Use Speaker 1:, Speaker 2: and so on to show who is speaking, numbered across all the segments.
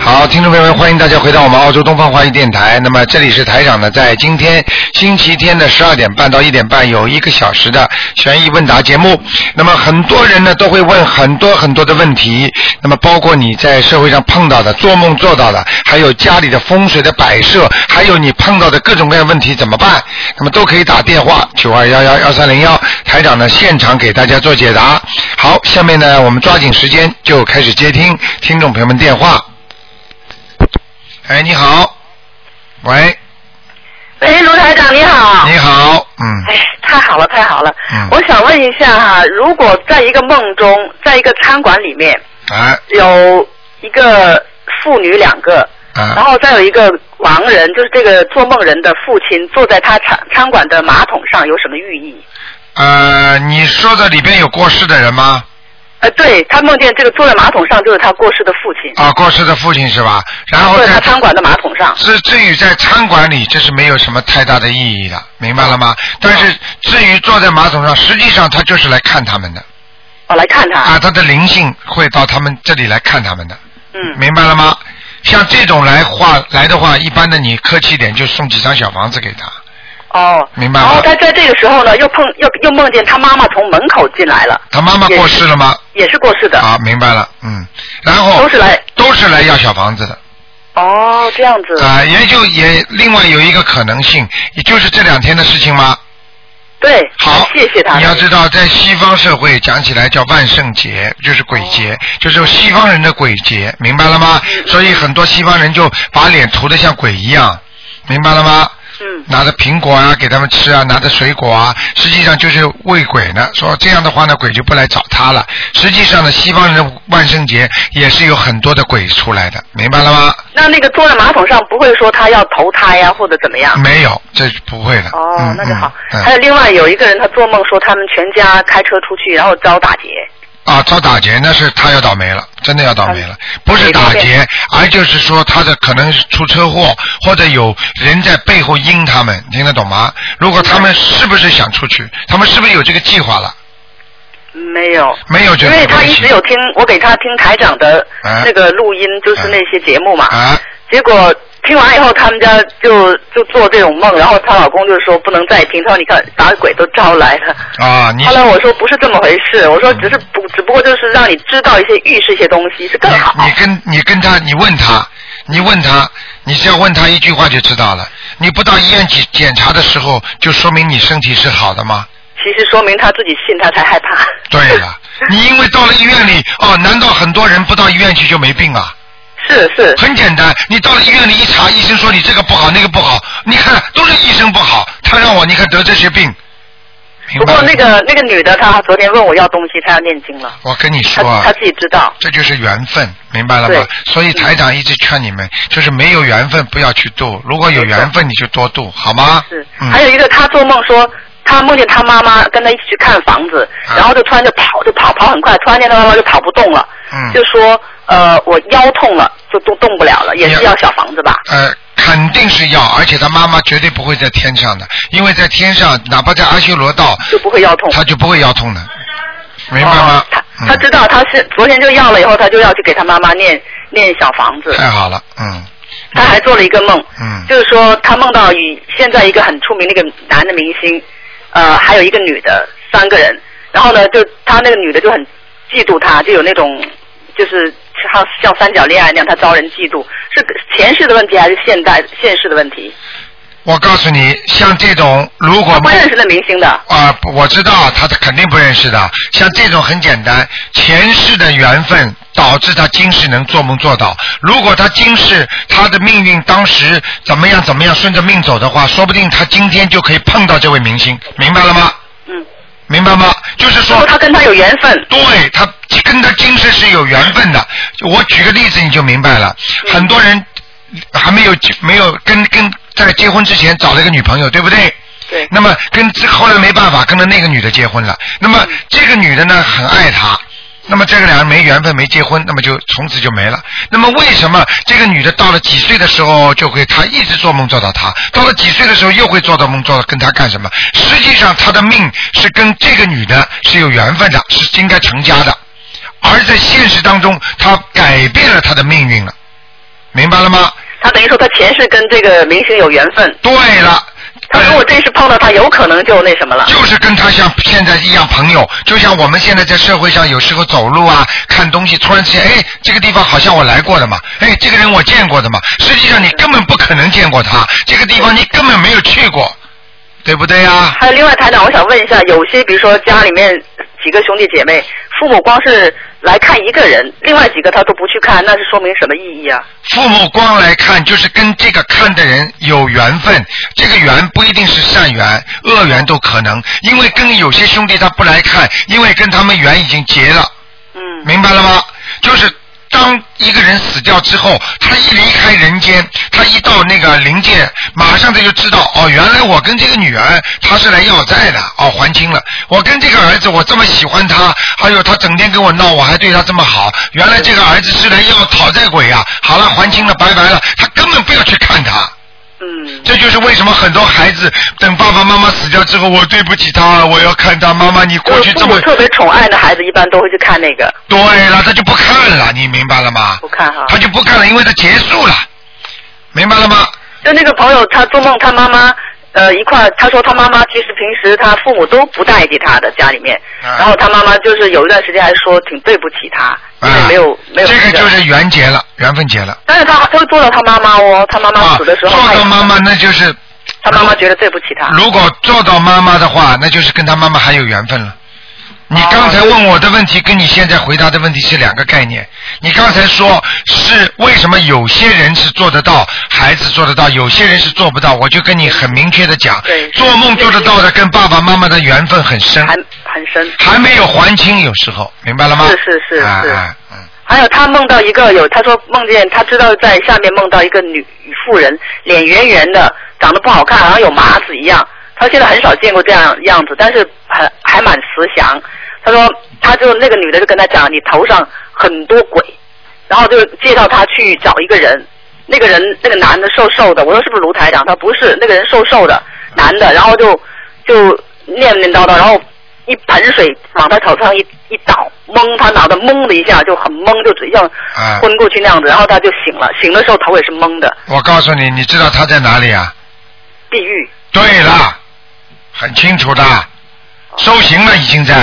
Speaker 1: 好，听众朋友们，欢迎大家回到我们澳洲东方华语电台。那么这里是台长呢，在今天星期天的十二点半到一点半有一个小时的悬疑问答节目。那么很多人呢都会问很多很多的问题，那么包括你在社会上碰到的、做梦做到的，还有家里的风水的摆设，还有你碰到的各种各样问题怎么办？那么都可以打电话九二幺幺幺三零幺，台长呢现场给大家做解答。好，下面呢我们抓紧时间就开始接听听众朋友们电话。哎，你好，喂，
Speaker 2: 喂，卢台长你好。
Speaker 1: 你好，嗯，
Speaker 2: 哎，太好了，太好了。
Speaker 1: 嗯
Speaker 2: 我想问一下哈、如果在一个梦中，在一个餐馆里面
Speaker 1: 啊
Speaker 2: 有一个妇女两个，然
Speaker 1: 啊
Speaker 2: 后再有一个亡人，就是这个做梦人的父亲坐在他餐餐馆的马桶上，有什么寓意？
Speaker 1: 呃，你说的里边有过世的人吗？
Speaker 2: 呃，对他梦见这个坐在马桶上就是他过世的父亲，
Speaker 1: 啊，过世的父亲是吧？然后
Speaker 2: 坐在
Speaker 1: 在
Speaker 2: 他餐馆的马桶上。
Speaker 1: 至至于在餐馆里，这是没有什么太大的意义的，明白了吗？但
Speaker 2: 嗯
Speaker 1: 是至于坐在马桶上，实际上他就是来看他们的
Speaker 2: 我哦来看他，
Speaker 1: 啊，他的灵性会到他们这里来看他们的，
Speaker 2: 嗯，
Speaker 1: 明白了吗？像这种来话来的话，一般的你客气点，就送几张小房子给他。
Speaker 2: 哦，
Speaker 1: 明白了
Speaker 2: 然后他在这个时候呢，又碰又又梦见他妈妈从门口进来了，
Speaker 1: 他妈妈过世了吗？
Speaker 2: 也是过世的，
Speaker 1: 啊，明白了，嗯，然后
Speaker 2: 都是来
Speaker 1: 都是来要小房子的
Speaker 2: 哦，这样子。
Speaker 1: 啊、也就也另外有一个可能性，也就是这两天的事情吗？
Speaker 2: 对，
Speaker 1: 好，
Speaker 2: 谢谢他。
Speaker 1: 你要知道，在西方社会讲起来叫万圣节，就是鬼
Speaker 2: 哦
Speaker 1: 节，就是西方人的鬼节，明白了吗？
Speaker 2: 嗯
Speaker 1: 所以很多西方人就把脸涂得像鬼一样，明白了吗？
Speaker 2: 嗯，
Speaker 1: 拿着苹果啊给他们吃啊，拿着水果啊，实际上就是喂鬼呢。说这样的话呢，鬼就不来找他了。实际上呢，西方人的万圣节也是有很多的鬼出来的，明白了吗？
Speaker 2: 那那个坐在马桶上不会说他要投胎呀、或者怎么样？
Speaker 1: 没有，这是不会的。
Speaker 2: 啊哦
Speaker 1: 嗯，
Speaker 2: 那就好。
Speaker 1: 嗯
Speaker 2: 还
Speaker 1: 嗯
Speaker 2: 有另外有一个人，他做梦说他们全家开车出去，然后遭打劫。
Speaker 1: 啊，遭打劫那是他要倒霉了，真的要倒霉
Speaker 2: 啊
Speaker 1: 了，不是打劫，而就是说他的可能是出车祸，或者有人在背后阴他们，听得懂吗？如果他们是不是想出去，他们是不是有这个计划了？
Speaker 2: 没有，
Speaker 1: 没有就
Speaker 2: 因
Speaker 1: 没
Speaker 2: 为他
Speaker 1: 关
Speaker 2: 一
Speaker 1: 系
Speaker 2: 直有听我给他听台长的
Speaker 1: 啊
Speaker 2: 那个录音，就是那些节目嘛。
Speaker 1: 啊，
Speaker 2: 结果听完以后，他们家就就做这种梦，然后她老公就说不能再听，他说你看把鬼都招来了。
Speaker 1: 啊，你
Speaker 2: 后来我说不是这么回事，我说只是不只不过就是让你知道一些预示一些东西是更好。
Speaker 1: 你你跟你跟他，你问他，你问他，你只要问他一句话就知道了。你不到医院检检查的时候，就说明你身体是好的吗？
Speaker 2: 其实说明他自己信，他才害怕。
Speaker 1: 对了，你因为到了医院里，哦，难道很多人不到医院去就没病啊？
Speaker 2: 是是，
Speaker 1: 很简单，你到了医院里一查，医生说你这个不好那个不好，你看都是医生不好，他让我你看得这些病。明
Speaker 2: 不
Speaker 1: 白
Speaker 2: 过
Speaker 1: 了
Speaker 2: 那个那个女的，她昨天问我要东西，她要念经了，
Speaker 1: 我跟你
Speaker 2: 她
Speaker 1: 说啊
Speaker 2: 她，自己知道。
Speaker 1: 这就是缘分，明白了吗？所以台长一直劝你们，就是没有缘分不要去度，如果有缘分你就多度，好吗？
Speaker 2: 是，
Speaker 1: 嗯
Speaker 2: 还有一个她做梦说。她梦见她妈妈跟她一起去看房子，
Speaker 1: 啊
Speaker 2: 然后就突然就跑，就跑跑很快，突然间她妈妈就跑不动了，
Speaker 1: 嗯
Speaker 2: 就说呃我腰痛了，就都动不了了，也
Speaker 1: 你
Speaker 2: 是要小房子吧？
Speaker 1: 呃，肯定是要，而且他妈妈绝对不会在天上的，因为在天上，哪怕在阿修罗道，
Speaker 2: 就不会腰痛。
Speaker 1: 他就不会腰痛的，明白吗
Speaker 2: 哦？她
Speaker 1: 嗯
Speaker 2: 她知道她是昨天就要了以后，她就要去给她妈妈念念小房子，
Speaker 1: 太好了，嗯
Speaker 2: 她还做了一个梦，
Speaker 1: 嗯
Speaker 2: 就是说，他梦到与现在一个很出名的一个男的明星，呃，还有一个女的，三个人。然后呢，就他那个女的就很嫉妒他，就有那种就是像像三角恋爱那样，他遭人嫉妒，是前世的问题还是现代现世的问题？
Speaker 1: 我告诉你，像这种如果
Speaker 2: 他不认识那明星的，
Speaker 1: 啊、不我知道他肯定不认识的。像这种很简单，前世的缘分导致他今世能做梦做到。如果他今世他的命运当时怎么样怎么样顺着命走的话，说不定他今天就可以碰到这位明星，明白了吗？
Speaker 2: 嗯，
Speaker 1: 明白吗？就是
Speaker 2: 如
Speaker 1: 说，
Speaker 2: 果他跟他有缘分，
Speaker 1: 对他跟他今世是有缘分的。我举个例子你就明白了，
Speaker 2: 嗯
Speaker 1: 很多人还没有没有跟跟在结婚之前找了一个女朋友，对不对？
Speaker 2: 对，
Speaker 1: 那么跟这后来没办法，跟着那个女的结婚了。那么这个女的呢，很爱他。那么这个两人没缘分，没结婚，那么就从此就没了。那么为什么这个女的到了几岁的时候就会，她一直做梦做到他，到了几岁的时候又会做到梦做到跟他干什么？实际上她的命是跟这个女的是有缘分的，是应该成家的。而在现实当中，她改变了她的命运了。明白了吗？
Speaker 2: 他等于说他前世跟这个明星有缘分，
Speaker 1: 对了，
Speaker 2: 他如果这世碰到他，有可能就那什么了。
Speaker 1: 就是跟他像现在一样朋友，就像我们现在在社会上有时候走路啊，看东西，突然之间，哎，这个地方好像我来过的嘛，哎，这个人我见过的嘛，实际上你根本不可能见过他，这个地方你根本没有去过，对不对呀、
Speaker 2: 还有另外，台长，我想问一下，有些比如说家里面几个兄弟姐妹，父母光是来看一个人，另外几个他都不去看，那是说明什么意义啊？
Speaker 1: 父母光来看，就是跟这个看的人有缘分，这个缘不一定是善缘，恶缘都可能，因为跟有些兄弟他不来看，因为跟他们缘已经结了。
Speaker 2: 嗯，
Speaker 1: 明白了吗？就是当一个人死掉之后，他一离开人间，他一到那个灵界，马上他就知道哦，原来我跟这个女儿她是来要债的，哦，还清了。我跟这个儿子，我这么喜欢他，还有他整天跟我闹，我还对他这么好，原来这个儿子是来要讨债鬼啊。好了，还清了，拜拜了。他根本不要去看他。
Speaker 2: 嗯，
Speaker 1: 这就是为什么很多孩子等爸爸妈妈死掉之后，我对不起他了，我要看他妈妈，你过去这
Speaker 2: 就是父母
Speaker 1: 么
Speaker 2: 特别宠爱的孩子，一般都会去看那个，啊
Speaker 1: 对了，他就不看了，你明白了吗？
Speaker 2: 不看哈。
Speaker 1: 他就不看了，因为他结束了，明白了吗？
Speaker 2: 就那个朋友，他做梦，他妈妈呃一块儿，他说他妈妈其实平时他父母都不待见他的家里面，
Speaker 1: 啊
Speaker 2: 然后他妈妈就是有一段时间还说挺对不起他，因为
Speaker 1: 啊，
Speaker 2: 没有没有
Speaker 1: 这
Speaker 2: 那
Speaker 1: 个就是缘结了，缘分结了。
Speaker 2: 但是他他会做到他妈妈哦，他妈妈
Speaker 1: 啊，
Speaker 2: 死的时候，
Speaker 1: 做到妈妈，那就是
Speaker 2: 他妈妈觉得对不起他，
Speaker 1: 如果做到妈妈的话，那就是跟他妈妈还有缘分了。你
Speaker 2: 哦
Speaker 1: 刚才问我的问题跟你现在回答的问题是两个概念。你刚才说是为什么有些人是做得到，孩子做得到，有些人是做不到，我就跟你很明确的讲
Speaker 2: 对，
Speaker 1: 做梦做得到的跟爸爸妈妈的缘分很深，
Speaker 2: 还很深。
Speaker 1: 还没有还清，有时候明白了吗？
Speaker 2: 是是是
Speaker 1: 啊
Speaker 2: 是
Speaker 1: 啊嗯。
Speaker 2: 还有他梦到一个有，他说梦见他知道在下面梦到一个女妇人，脸圆圆的，长得不好看，好像有麻子一样。他现在很少见过这样样子，但是很还蛮慈祥。他说，他就那个女的就跟他讲，你头上很多鬼，然后就介绍他去找一个人。那个人那个男的瘦瘦的，我说是不是卢台长？他说不是，那个人瘦瘦的男的，然后就就念念叨叨，然后一盆水往他头上一一倒，蒙他脑袋蒙的一下，就很蒙，就只像
Speaker 1: 啊
Speaker 2: 昏过去那样子，然后他就醒了，醒的时候头也是蒙的，
Speaker 1: 我告诉你，你知道他在哪里啊？
Speaker 2: 地狱
Speaker 1: 对了，很清楚
Speaker 2: 哦
Speaker 1: 的，收刑了已经在，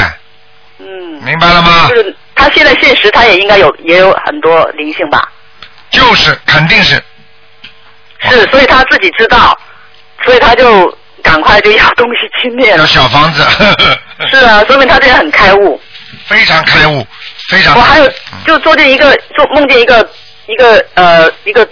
Speaker 2: 嗯，
Speaker 1: 明白了吗
Speaker 2: 就？是他现在现实他也应该有也有很多灵性吧，
Speaker 1: 哦就是，肯定是。
Speaker 2: 是，所以他自己知道，所以他就赶快就要 东西去念
Speaker 1: 有
Speaker 2: 了，
Speaker 1: 小房子， 呵呵
Speaker 2: 是啊，说明他这人很开悟。
Speaker 1: 非常开悟，非常。
Speaker 2: 我还有
Speaker 1: 嗯
Speaker 2: 就做见一个做梦见一个一个呃一个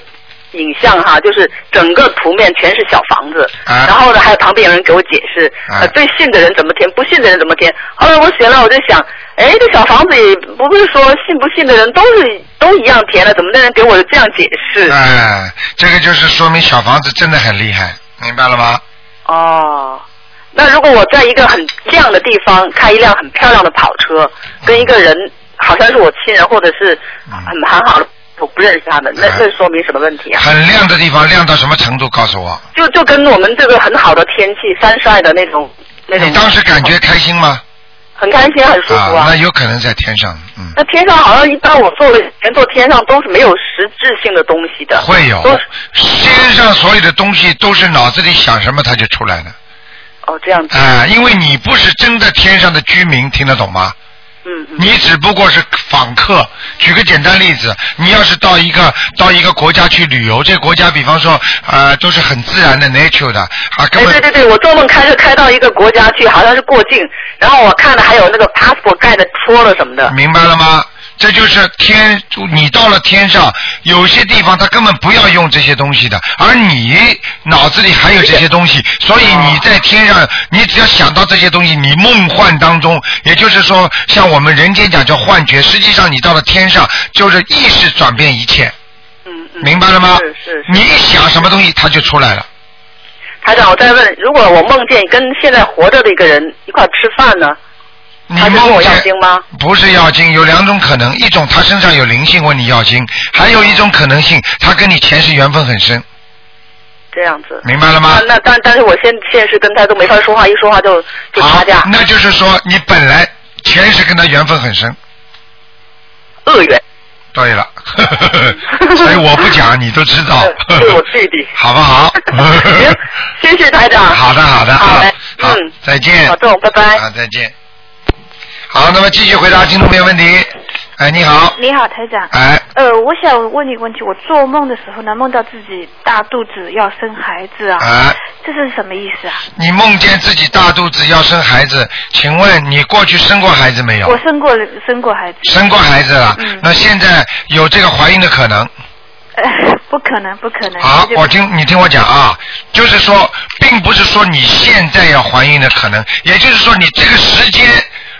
Speaker 2: 影像哈，就是整个图面全是小房子，
Speaker 1: 啊
Speaker 2: 然后呢还有旁边有人给我解释，
Speaker 1: 啊
Speaker 2: 呃对信的人怎么填，不信的人怎么填。后来我写了，我就想，哎，这小房子也不是说信不信的人都是都一样填了，怎么那人给我这样解释？
Speaker 1: 哎，这个就是说明小房子真的很厉害，明白了吗？
Speaker 2: 哦。那如果我在一个很亮的地方开一辆很漂亮的跑车，跟一个人好像是我亲人或者是
Speaker 1: 嗯
Speaker 2: 很很好的，我不认识他们，那
Speaker 1: 啊
Speaker 2: 那说明什么问题啊？
Speaker 1: 很亮的地方亮到什么程度？告诉我，
Speaker 2: 就就跟我们这个很好的天气、三晒的那种那种，
Speaker 1: 你当时感觉开心吗？
Speaker 2: 很开心、很舒服啊。
Speaker 1: 那有可能在天上，嗯。
Speaker 2: 那天上好像一般我做的人做天上都是没有实质性的东西的，
Speaker 1: 会有
Speaker 2: 都是，
Speaker 1: 天上所有的东西都是脑子里想什么它就出来的
Speaker 2: 哦这样 子，
Speaker 1: 啊、因为你不是真的天上的居民，听得懂吗？
Speaker 2: 嗯嗯
Speaker 1: 你只不过是访客。举个简单例子，你要是到一个到一个国家去旅游，这国家比方说呃都是很自然的 nature 的啊，根
Speaker 2: 哎，
Speaker 1: 本
Speaker 2: 对对对，我做梦开车开到一个国家去，好像是过境，然后我看了还有那个 passport 盖的戳了什么的，
Speaker 1: 明白了吗？这就是天，你到了天上，有些地方他根本不要用这些东西的，而你脑子里还有这些东
Speaker 2: 哦
Speaker 1: 西，所以你在天上，你只要想到这些东西，你梦幻当中，也就是说，像我们人间讲叫幻觉，实际上你到了天上，就是意识转变一切，
Speaker 2: 嗯嗯，
Speaker 1: 明白了吗？
Speaker 2: 是是是。
Speaker 1: 你一想什么东西，它就出来了。
Speaker 2: 台长，我再问，如果我梦见跟现在活着的一个人一块儿吃饭呢，
Speaker 1: 你
Speaker 2: 他是跟
Speaker 1: 梦
Speaker 2: 我要
Speaker 1: 见
Speaker 2: 经吗？
Speaker 1: 不是要经，有两种可能，一种他身上有灵性问你要经，还有一种可能性，他跟你前世缘分很深，
Speaker 2: 这样子。
Speaker 1: 明白了吗
Speaker 2: 啊？那但但是我现现实跟他都没法说话，一说话就就
Speaker 1: 好
Speaker 2: 打架，，
Speaker 1: 那就是说你本来前世跟他缘分很深，
Speaker 2: 恶缘。
Speaker 1: 对，对了， 所以我不讲你都知道。
Speaker 2: 呃，对我弟弟
Speaker 1: 好不好？
Speaker 2: 行，谢谢台长。
Speaker 1: 好的，好的，啊
Speaker 2: 好嘞
Speaker 1: 好
Speaker 2: 嗯，
Speaker 1: 再见。
Speaker 2: 保重，拜拜。
Speaker 1: 啊，再见。好，那么继续回答听众朋友问题。哎，你好，
Speaker 3: 你好，台长。
Speaker 1: 哎，
Speaker 3: 呃，我想问你个问题，我做梦的时候呢，梦到自己大肚子要生孩子啊，
Speaker 1: 哎，
Speaker 3: 这是什么意思啊？
Speaker 1: 你梦见自己大肚子要生孩子，请问你过去生过孩子没
Speaker 3: 我
Speaker 1: 有？
Speaker 3: 生过生过孩子，
Speaker 1: 生过孩子了
Speaker 3: 嗯，
Speaker 1: 那现在有这个怀孕的可能。
Speaker 3: 呃，不可能，不可能。
Speaker 1: 好
Speaker 3: 这，就
Speaker 1: 我听你听我讲啊，就是说，并不是说你现在要怀孕的可能，也就是说你这个时间，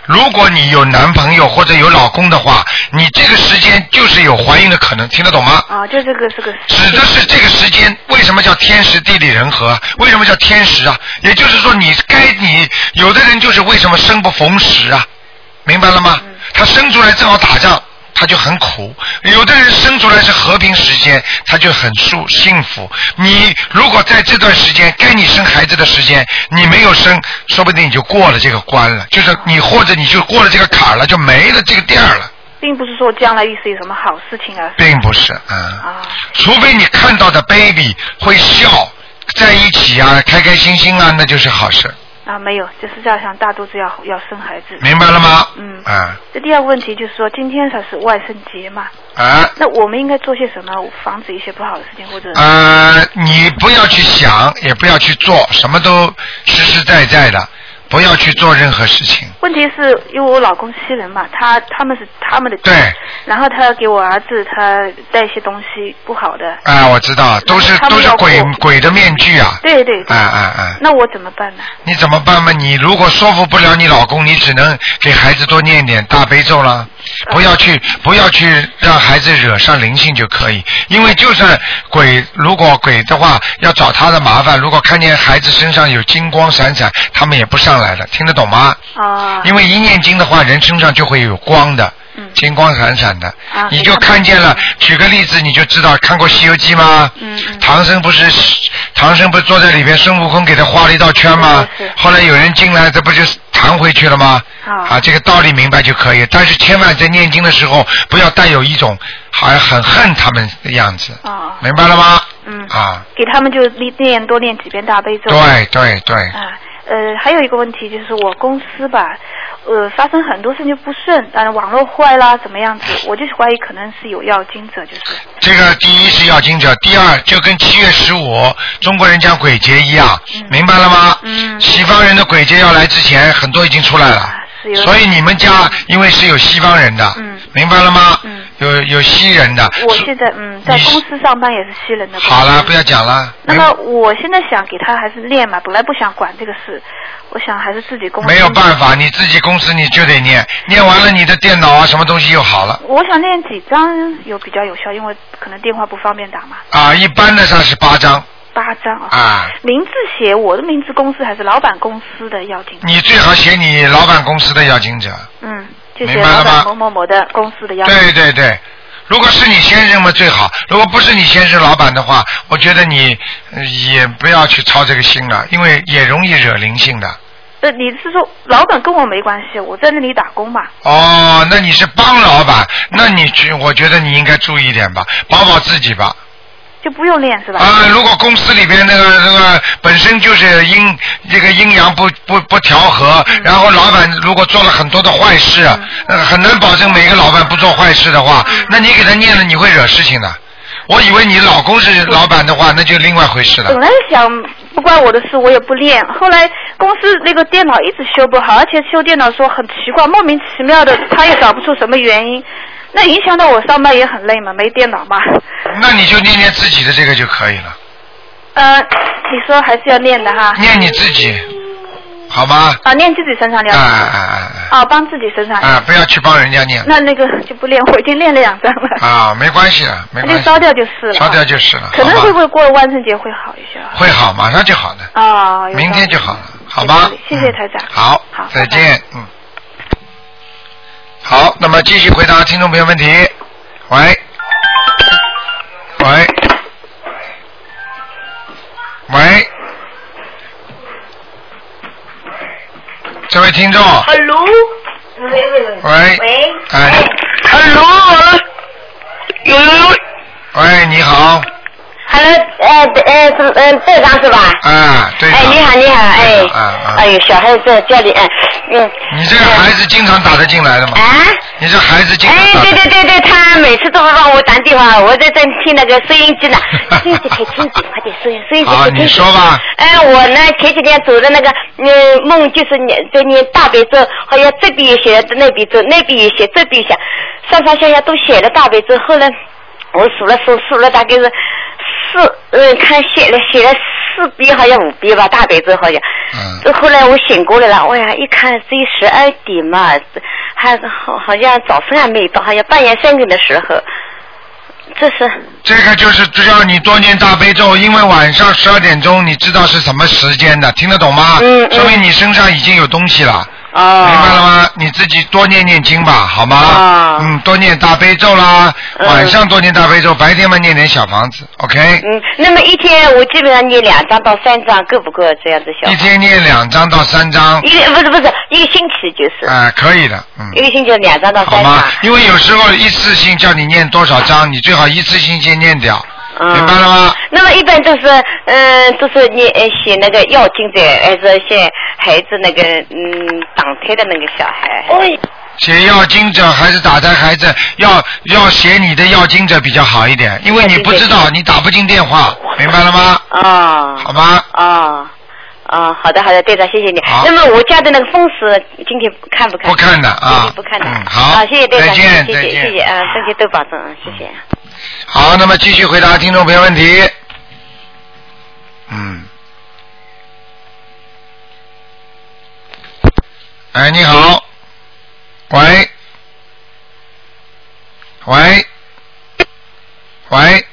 Speaker 1: 如果你有男朋友或者有老公的话，你这个时间就是有怀孕的可能，听得懂吗？
Speaker 3: 啊，就这个这个。
Speaker 1: 指的是这个时间，为什么叫天时地利人和？为什么叫天时啊？也就是说，你该你有的人就是为什么生不逢时啊？明白了吗？他生出来正好打仗，他就很苦；有的人生出来是和平时间，他就很舒幸福。你如果在这段时间该你生孩子的时间，你没有生，说不定你就过了这个关了，就是你或者你就过了这个坎儿了，就没了这个店儿了，
Speaker 3: 并不是说将来一是有什么好事情啊。
Speaker 1: 并不是啊。
Speaker 3: 啊，
Speaker 1: 除非你看到的 baby 会笑，在一起啊，开开心心啊，那就是好事，
Speaker 3: 啊，没有，就是要想大肚子要要生孩子。
Speaker 1: 明白了吗？
Speaker 3: 嗯
Speaker 1: 啊
Speaker 3: 这第二个问题就是说，今天才是万圣节嘛，
Speaker 1: 啊
Speaker 3: 那我们应该做些什么防止一些不好的事情或者？
Speaker 1: 呃，你不要去想，也不要去做，什么都实实在在的，不要去做任何事情。
Speaker 3: 问题是因为我老公西人嘛，他他们是他们的
Speaker 1: 对，
Speaker 3: 然后他给我儿子他带一些东西不好的，
Speaker 1: 啊，我知道，都是
Speaker 3: 他们
Speaker 1: 都是
Speaker 3: 要
Speaker 1: 鬼
Speaker 3: 过
Speaker 1: 鬼的面具啊。
Speaker 3: 对对对，
Speaker 1: 啊啊啊！
Speaker 3: 那我怎么办呢？
Speaker 1: 你怎么办嘛？你如果说服不了你老公，你只能给孩子多念点大悲咒了，不要去不要去让孩子惹上灵性就可以。因为就算鬼，如果鬼的话要找他的麻烦，如果看见孩子身上有金光闪闪，他们也不上来了，听得懂吗？
Speaker 3: 啊，
Speaker 1: 因为一念经的话，人身上就会有光的。
Speaker 3: 嗯
Speaker 1: 金光闪闪的，
Speaker 3: 啊
Speaker 1: 你就看见了。 举个例子，你就知道看过《西游记》吗？
Speaker 3: 嗯嗯
Speaker 1: 唐僧不是唐僧不是坐在里边，孙悟空给他画了一道圈吗
Speaker 3: 是是？
Speaker 1: 后来有人进来，这不就弹回去了吗？
Speaker 3: 啊
Speaker 1: 啊，这个道理明白就可以，但是千万在念经的时候不要带有一种好像很恨他们的样子，
Speaker 3: 啊
Speaker 1: 明白了吗？
Speaker 3: 嗯，
Speaker 1: 啊，
Speaker 3: 给他们就念念多念几遍大悲咒。
Speaker 1: 对对对，
Speaker 3: 啊，呃，还有一个问题就是我公司吧，呃，发生很多事情不顺，啊、网络坏啦，怎么样子？我就怀疑可能是有要精者，就是
Speaker 1: 这个第一是要经者，第二就跟七月十五中国人讲鬼节一样，
Speaker 3: 嗯
Speaker 1: 明白了吗？
Speaker 3: 嗯
Speaker 1: 西方人的鬼节要来之前，很多已经出来了
Speaker 3: 啊，是有
Speaker 1: 所以你们家因为是有西方人的，
Speaker 3: 嗯
Speaker 1: 明白了吗？
Speaker 3: 嗯
Speaker 1: 有有西人的，
Speaker 3: 我
Speaker 1: 所
Speaker 3: 现在嗯，在
Speaker 1: 你
Speaker 3: 公司上班也是西人的。
Speaker 1: 好了，不要讲了。
Speaker 3: 嗯那么我现在想给他还是练嘛，本来不想管这个事，我想还是自己公司
Speaker 1: 没有办法，你自己公司你就得念，念完了你的电脑啊什么东西又好了
Speaker 3: 我想练几张有比较有效，因为可能电话不方便打嘛，
Speaker 1: 啊。一般的上是八张
Speaker 3: 八张啊。
Speaker 1: 啊，
Speaker 3: 名字写我的名字公司还是老板公司的要紧，
Speaker 1: 你最好写你老板公司的要经者。
Speaker 3: 嗯，就写
Speaker 1: 明白了
Speaker 3: 老
Speaker 1: 吗
Speaker 3: 板某某某的公司的要紧。
Speaker 1: 对对对，如果是你先生嘛最好，如果不是你先生老板的话，我觉得你呃也不要去操这个心了，因为也容易惹灵性的。
Speaker 3: 呃，你是说老板跟我没关系，我在那里打工嘛？
Speaker 1: 哦，那你是帮老板，那你去，我觉得你应该注意一点吧，保保自己吧。
Speaker 3: 就不用练是吧？
Speaker 1: 啊，如果公司里边那个那个本身就是阴这个阴阳不不不调和，
Speaker 3: 嗯
Speaker 1: 然后老板如果做了很多的坏事，呃很难保证每个老板不做坏事的话，
Speaker 3: 嗯
Speaker 1: 那你给他念了，你会惹事情的。我以为你老公是老板的
Speaker 3: 嗯
Speaker 1: 话，那就另外回事
Speaker 3: 本
Speaker 1: 了。
Speaker 3: 来想不关我的事，我也不练。后来公司那个电脑一直修不好，而且修电脑说很奇怪，莫名其妙的，他也找不出什么原因。那影响到我上班也很累嘛，没电脑嘛。
Speaker 1: 那你就念念自己的这个就可以了，
Speaker 3: 呃，你说还是要练的哈。
Speaker 1: 念你自己，好吗？
Speaker 3: 啊，练自己身上
Speaker 1: 啊
Speaker 3: 练。
Speaker 1: 啊啊啊
Speaker 3: 啊，帮自己身上
Speaker 1: 啊！。啊，不要去帮人家念。
Speaker 3: 那那个就不练，我已经练了两张了，
Speaker 1: 啊，没关系了，没关
Speaker 3: 那就
Speaker 1: 系。
Speaker 3: 烧掉就是了。
Speaker 1: 烧掉就是了，
Speaker 3: 可能
Speaker 1: 好吧
Speaker 3: 会不会过万圣节会好一些啊？
Speaker 1: 会好，马上就好的，
Speaker 3: 啊，有道理
Speaker 1: 明天就好了，好
Speaker 3: 有道
Speaker 1: 吧
Speaker 3: 理？谢谢台长
Speaker 1: 嗯。好，
Speaker 3: 好，
Speaker 1: 再
Speaker 3: 拜拜。
Speaker 1: 见，嗯。好，那么继续回答听众朋友问题。喂，喂，喂，这位听众，
Speaker 4: Hello，喂喂喂
Speaker 1: 喂，
Speaker 4: 喂
Speaker 1: 哎，
Speaker 4: ，Hello，
Speaker 1: 哎，你好，
Speaker 4: Hello，呃呃是嗯队长是吧？
Speaker 1: 啊，对的。
Speaker 4: 哎，你好你好，哎
Speaker 1: 对的，啊啊
Speaker 4: 哎呦，小孩在家里，哎嗯，
Speaker 1: 你这个孩子经常打得进来的吗？
Speaker 4: 啊，
Speaker 1: 你这孩子经常
Speaker 4: 哎，
Speaker 1: 打
Speaker 4: 对
Speaker 1: 得。
Speaker 4: 对对对，他每次都会帮我打电话，我在这听那个收音 机呢，收音机可以听几，快点收音收音机
Speaker 1: 好
Speaker 4: 可以听
Speaker 1: 啊你
Speaker 4: 几
Speaker 1: 说吧
Speaker 4: 哎，我呢前几天走的那个，嗯，梦就是念就念大悲咒，好像这边也写，呃那边咒，那边也写，这边也写，上上下下都写了大悲咒。后来我数了数，数了大概是四，嗯，看写了写了四遍，好像五遍吧，大悲咒好像。
Speaker 1: 嗯
Speaker 4: 后来我醒过来了，哎呀，一看这十二点嘛，还好好像早饭还没到，好像半夜三点的时候，这是。
Speaker 1: 这个就是叫你多念大悲咒，因为晚上十二点钟你知道是什么时间的，听得懂吗？
Speaker 4: 嗯嗯
Speaker 1: 说明你身上已经有东西了。
Speaker 4: 哦，
Speaker 1: 明白了吗？你自己多念念经吧，好吗？
Speaker 4: 啊
Speaker 1: 嗯，多念大悲咒啦，
Speaker 4: 嗯
Speaker 1: 晚上多念大悲咒，白天嘛念点小房子，OK？
Speaker 4: 嗯，那么一天我基本上念两张到三张，够不够这样子小？
Speaker 1: 一天念两张到三张，
Speaker 4: 一个不是不是一个星期就是、
Speaker 1: 啊，可以的，嗯
Speaker 4: 一，个星期两张到
Speaker 1: 好
Speaker 4: 三
Speaker 1: 吗
Speaker 4: 张。？
Speaker 1: 因为有时候一次性叫你念多少张，你最好一次性先念掉，
Speaker 4: 嗯
Speaker 1: 明白了吗？
Speaker 4: 那么一般都是嗯都是念呃写那个药经的，还是写孩子那个嗯挡胎的那个小孩？
Speaker 1: 写要经者还是打胎孩子，要要写你的要经者比较好一点，因为你不知道，你打不进电话，明白了吗？
Speaker 4: 啊
Speaker 1: 好吗？
Speaker 4: 啊啊，好的好的，队长谢谢你
Speaker 1: 好。
Speaker 4: 那么我家的那个风水今天看不看？
Speaker 1: 不看的啊
Speaker 4: 今天不看的。
Speaker 1: 嗯好
Speaker 4: 啊，谢谢队长，
Speaker 1: 再见
Speaker 4: 谢
Speaker 1: 再
Speaker 4: 谢
Speaker 1: 见
Speaker 4: 谢谢啊，身体都保重，嗯谢谢。
Speaker 1: 好，那么继续回答听众朋友问题。嗯。哎，你好。喂。喂。喂。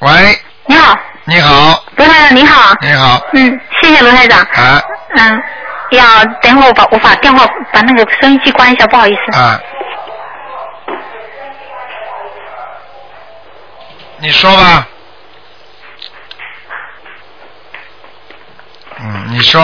Speaker 1: 喂，
Speaker 5: 你好，
Speaker 1: 你好，
Speaker 5: 卢台长你好。
Speaker 1: 你好，
Speaker 5: 嗯，谢谢卢台长。
Speaker 1: 啊
Speaker 5: 嗯，呀，等会儿我把我把电话把那个收音机关一下，不好意思。
Speaker 1: 啊。你说吧。嗯，你说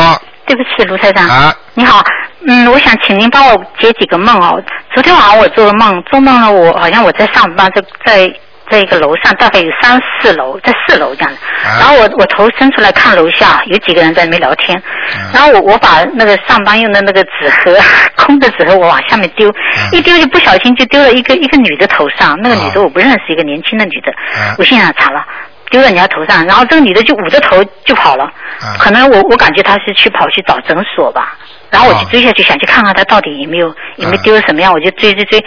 Speaker 5: 对不起，卢台长。
Speaker 1: 啊，
Speaker 5: 你好，嗯，我想请您帮我解几个梦哦。昨天晚上我做个梦，做梦了我好像我在上班，在在在一个楼上，大概有三四楼，在四楼这样的。
Speaker 1: 啊
Speaker 5: 然后我我头伸出来看楼下，有几个人在那边聊天。
Speaker 1: 嗯
Speaker 5: 然后我我把那个上班用的那个纸盒， 空的纸盒我往下面
Speaker 1: 啊
Speaker 5: 丢，一丢就不小心就丢了一个一个女的头上，那个女的
Speaker 1: 啊
Speaker 5: 我不认识，一个年轻的女的，
Speaker 1: 啊
Speaker 5: 我心想惨了。丢在人家头上，然后这个女的就捂着头就跑了。
Speaker 1: 啊
Speaker 5: 可能我我感觉她是去跑去找诊所吧。然后我
Speaker 1: 哦啊
Speaker 5: 就追下去，想去看看他到底有没有有没有丢了什么样，我就追追追，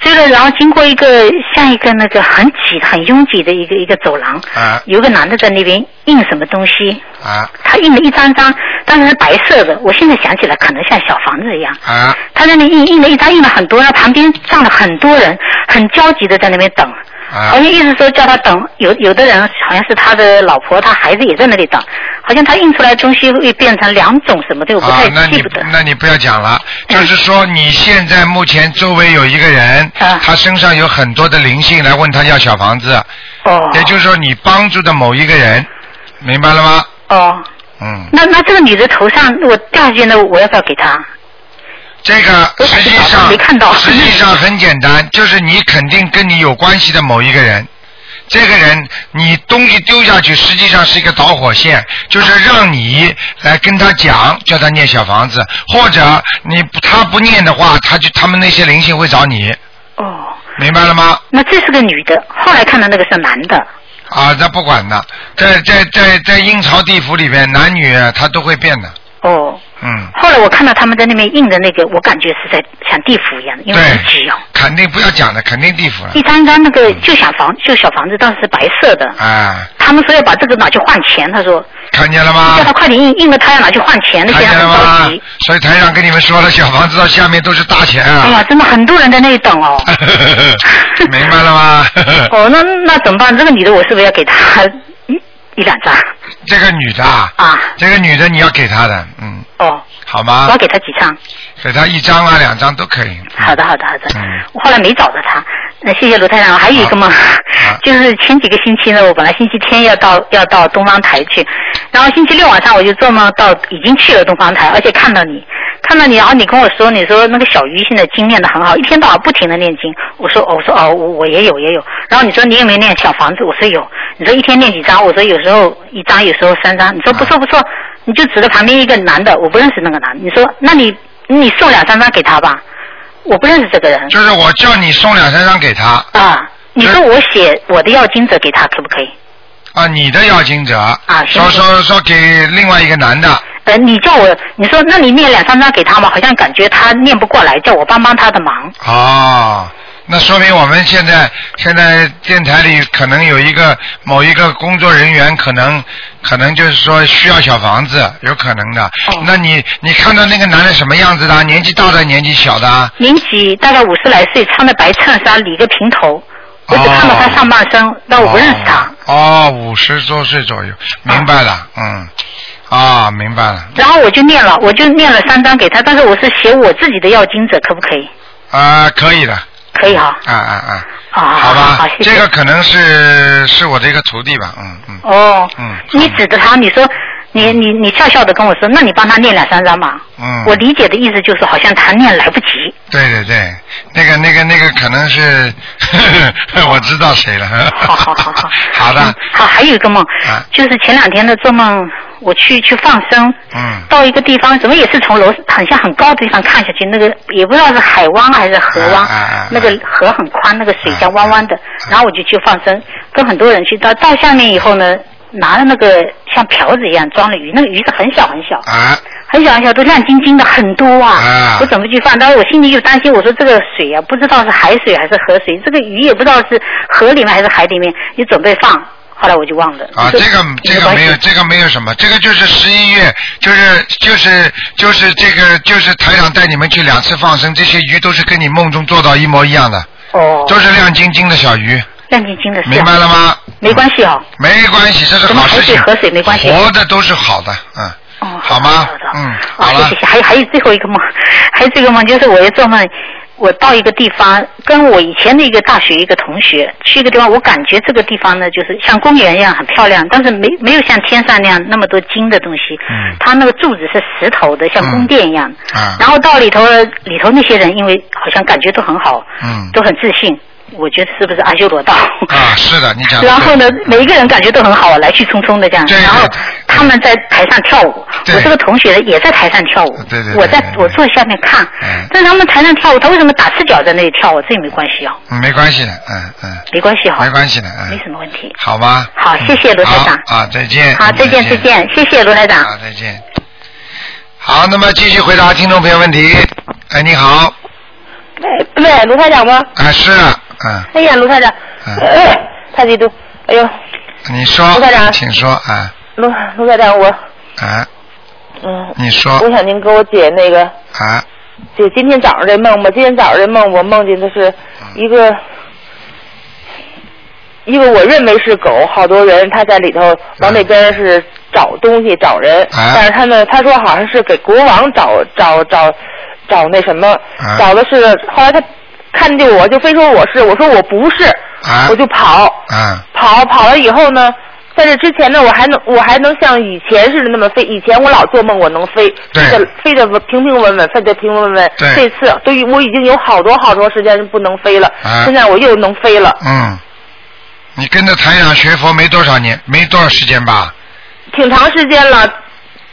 Speaker 5: 追了，然后经过一个像一个那个很挤、很拥挤的一个一个走廊，
Speaker 1: 啊
Speaker 5: 有个男的在那边印什么东西，
Speaker 1: 啊
Speaker 5: 他印了一张张，当时是白色的，我现在想起来可能像小房子一样，
Speaker 1: 啊
Speaker 5: 他在那印印了一张，印了很多，然后旁边站了很多人，很焦急的在那边等。好
Speaker 4: 哦
Speaker 1: 啊
Speaker 5: 像意思说叫他等，有有的人好像是他的老婆，他孩子也在那里等，好像他印出来的东西会变成两种什么的，我不
Speaker 1: 啊
Speaker 5: 太！
Speaker 1: 那
Speaker 5: 记
Speaker 1: 你
Speaker 5: 不得。嗯
Speaker 1: 那你不要讲了，就是说你现在目前周围有一个人，
Speaker 5: 啊
Speaker 1: 他身上有很多的灵性来问他要小房子，
Speaker 5: 哦，
Speaker 1: 也就是说你帮助的某一个人，明白了吗？
Speaker 5: 哦，
Speaker 1: 嗯，
Speaker 5: 那那这个女的头上我掉下去，那我要不要给她？
Speaker 1: 这个
Speaker 5: 我
Speaker 1: 实
Speaker 5: 感觉
Speaker 1: 际
Speaker 5: 好
Speaker 1: 上
Speaker 5: 像没看到
Speaker 1: 实际上很简单，就是你肯定跟你有关系的某一个人。这个人，你东西丢下去，实际上是一个导火线，就是让你来跟他讲，叫他念小房子，或者你他不念的话，他就他们那些灵性会找你，
Speaker 5: 哦，
Speaker 1: 明白了吗？
Speaker 5: 那这是个女的，后来看到那个是男的。
Speaker 1: 啊，那不管的，在在在在阴曹地府里边，男女他都会变的，
Speaker 5: 哦，
Speaker 1: 嗯，
Speaker 5: 后来我看到他们在那边印的那个，我感觉是在像地府一样的，因为很
Speaker 1: 对
Speaker 5: 挤哦。，
Speaker 1: 肯定不要讲的，肯定地府了
Speaker 5: 一，张一张那
Speaker 1: 嗯
Speaker 5: 个旧小房旧小房子，当时是白色的。
Speaker 1: 啊，
Speaker 5: 他们说要把这个拿去换钱，他说
Speaker 1: 看见了吗？
Speaker 5: 叫他快点印，印了他要拿去换钱，那
Speaker 1: 啊看
Speaker 5: 些人
Speaker 1: 见了
Speaker 5: 很着
Speaker 1: 吗啊
Speaker 5: 急。？
Speaker 1: 所以台长跟你们说了，小房子到下面都是大钱
Speaker 5: 哎
Speaker 1: 啊。
Speaker 5: 呀，真的很多人在那里等哦。
Speaker 1: 明白了吗？
Speaker 5: 哦，那那怎么办？这个女的我是不是要给她一一两张
Speaker 1: 这个女的，啊，
Speaker 5: 啊？
Speaker 1: 这个女的你要给她的，嗯，
Speaker 5: 哦，
Speaker 1: 好
Speaker 5: 我
Speaker 1: 吗
Speaker 5: 要？给她几张。
Speaker 1: 给她一张啊，两张都可以。嗯
Speaker 5: 好的，，好的，好的
Speaker 1: 嗯。
Speaker 5: 我后来没找着他。那谢谢卢太长，还有一个梦，
Speaker 1: 啊
Speaker 5: 就是前几个星期呢，我本来星期天要到要到东方台去，然后星期六晚上我就做梦到已经去了东方台，而且看到你，看到你，然后你跟我说，你说那个小鱼现在经念的很好，一天到晚不停的念经。我说哦，我说哦，我我也有也有。然后你说你有没有念小房子？我说有。你说一天念几张？我说有时候一张，有时候三张。你说不错不错，你就指着旁边一个男的，我不认识那个男的。你说那你你送两三张给他吧，我不认识这个人。
Speaker 1: 就是我叫你送两三张给他
Speaker 5: 啊，你说我写我的要经者给他可不可以？
Speaker 1: 啊，你的要经者，
Speaker 5: 啊行
Speaker 1: 说说说给另外一个男的，
Speaker 5: 呃，你叫我，你说那你念两三张给他嘛，好像感觉他念不过来，叫我帮帮他的忙。
Speaker 1: 哦，那说明我们现在现在电台里可能有一个某一个工作人员，可能可能就是说需要小房子，有可能的。
Speaker 5: 哦
Speaker 1: 那你你看到那个男的什么样子的？年纪大的，年纪小的啊？
Speaker 5: 年纪大概五十来岁，穿的白衬衫，理个平头，我只看到他上半身，那、我不认识他。
Speaker 1: 哦，五十多岁左右，明白
Speaker 5: 哦
Speaker 1: 了，嗯，啊、明白了。
Speaker 5: 然后我就念了，我就念了三张给他，但是我是写我自己的要经者，可不可以？
Speaker 1: 啊、可以的，
Speaker 5: 可以哈、
Speaker 1: 啊啊啊，
Speaker 5: 啊，好
Speaker 1: 好吧，
Speaker 5: 好，谢谢。
Speaker 1: 这个可能是是我的一个徒弟吧，嗯嗯
Speaker 5: 哦，
Speaker 1: 嗯
Speaker 5: 你指着他，你说你你你笑笑的跟我说，那你帮他念两三张吧。
Speaker 1: 嗯。
Speaker 5: 我理解的意思就是好像他念来不及。
Speaker 1: 对对对，那个那个那个可能是， 我知道谁 了。好
Speaker 5: 好好好。
Speaker 1: 好的，
Speaker 5: 好，还有一个梦，
Speaker 1: 啊
Speaker 5: 就是前两天的做梦，我去去放生，
Speaker 1: 嗯
Speaker 5: 到一个地方，怎么也是从楼很像很高的地方看下去，那个也不知道是海湾还是河湾，
Speaker 1: 啊啊啊啊
Speaker 5: 那个河很宽，那个水像弯弯的，然后我就去放生，跟很多人去，到到下面以后呢，拿了那个像瓢子一样装了鱼，那个鱼是很小很小，
Speaker 1: 啊
Speaker 5: 很小很小都亮晶晶的很多啊，
Speaker 1: 啊
Speaker 5: 我怎么去放？当时我心里就担心，我说这个水啊，不知道是海水还是河水，这个鱼也不知道是河里面还是海里面，你准备放，后来我就忘了。
Speaker 1: 啊，
Speaker 5: 就
Speaker 1: 这个这个没有，这个没有什么，这个就是十一月，就是就是就是这个就是台长带你们去两次放生，这些鱼都是跟你梦中做到一模一样的，
Speaker 5: 哦，
Speaker 1: 都是亮晶晶的小鱼，
Speaker 5: 亮晶晶的是啊，
Speaker 1: 明白了吗？嗯
Speaker 5: 没关系哦。
Speaker 1: 没关系，这是
Speaker 5: 什么
Speaker 1: 好事情。
Speaker 5: 海水河水没关系
Speaker 1: 活的都是好的，嗯，
Speaker 5: 哦，
Speaker 1: 好吗
Speaker 5: 好的，？
Speaker 1: 嗯，
Speaker 5: 啊
Speaker 1: 好，了
Speaker 5: 谢谢。还有还有最后一个梦， 还有这个梦就是我也做梦，我到一个地方，跟我以前的一个大学一个同学去一个地方，我感觉这个地方呢就是像公园一样很漂亮，但是没没有像天上那样那么多金的东西。
Speaker 1: 嗯
Speaker 5: 它那个柱子是石头的，像宫殿一样。
Speaker 1: 啊
Speaker 5: 然后到里头了里头那些人，因为好像感觉都很好，
Speaker 1: 嗯
Speaker 5: 都很自信。我觉得是不是阿修罗道？
Speaker 1: 啊，是的，你讲的。
Speaker 5: 然后呢，每一个人感觉都很好，来去匆匆的这样。
Speaker 1: 对对
Speaker 5: 然后
Speaker 1: 对
Speaker 5: 他们在台上跳舞，
Speaker 1: 对
Speaker 5: 我这个同学也在台上跳舞。
Speaker 1: 对对对
Speaker 5: 我在
Speaker 1: 对对
Speaker 5: 我坐下面看
Speaker 1: 嗯，
Speaker 5: 但是他们台上跳舞，他为什么打赤脚在那里跳舞？这也没关系啊，
Speaker 1: 嗯没关系的，嗯嗯，
Speaker 5: 没关系哦哈
Speaker 1: 没，关系的，嗯。
Speaker 5: 没什么问题。
Speaker 1: 好吗？嗯
Speaker 5: 好谢谢卢台长
Speaker 1: 好啊，再见。
Speaker 5: 好，再见再见，谢谢罗台长。
Speaker 1: 啊，再见。好，那么继续回答听众朋友问题。哎，你好，
Speaker 6: 哎，对，卢台长吗？
Speaker 1: 啊是啊，嗯，
Speaker 6: 哎呀，卢台长，
Speaker 1: 嗯
Speaker 6: 呃太激动，哎呦，
Speaker 1: 你说
Speaker 6: 卢台，长
Speaker 1: 请说啊
Speaker 6: 卢卢台长，我，
Speaker 1: 啊，
Speaker 6: 嗯，
Speaker 1: 你说
Speaker 6: 我想您给我解那个
Speaker 1: 啊，
Speaker 6: 解今天早上这梦吧。今天早上这梦，我梦见的是
Speaker 1: 嗯
Speaker 6: 一个一个我认为是狗，好多人他在里头往那边是找东西找人，
Speaker 1: 啊
Speaker 6: 但是他们他说好像是给国王找找找找那什么，
Speaker 1: 啊
Speaker 6: 找的是后来他看见我就非说我是，我说我不是，
Speaker 1: 啊
Speaker 6: 我就跑。
Speaker 1: 啊
Speaker 6: 跑跑了以后呢，在这之前呢，我还能我还能像以前似的那么飞。以前我老做梦我能飞，
Speaker 1: 对
Speaker 6: 飞得飞得平平稳稳，飞得平平稳稳。
Speaker 1: 对
Speaker 6: 这次对于我已经有好多好多时间不能飞了，
Speaker 1: 啊
Speaker 6: 现在我又能飞了，
Speaker 1: 嗯，你跟着台长学佛没多少年，没多少时间吧？
Speaker 6: 挺长时间了。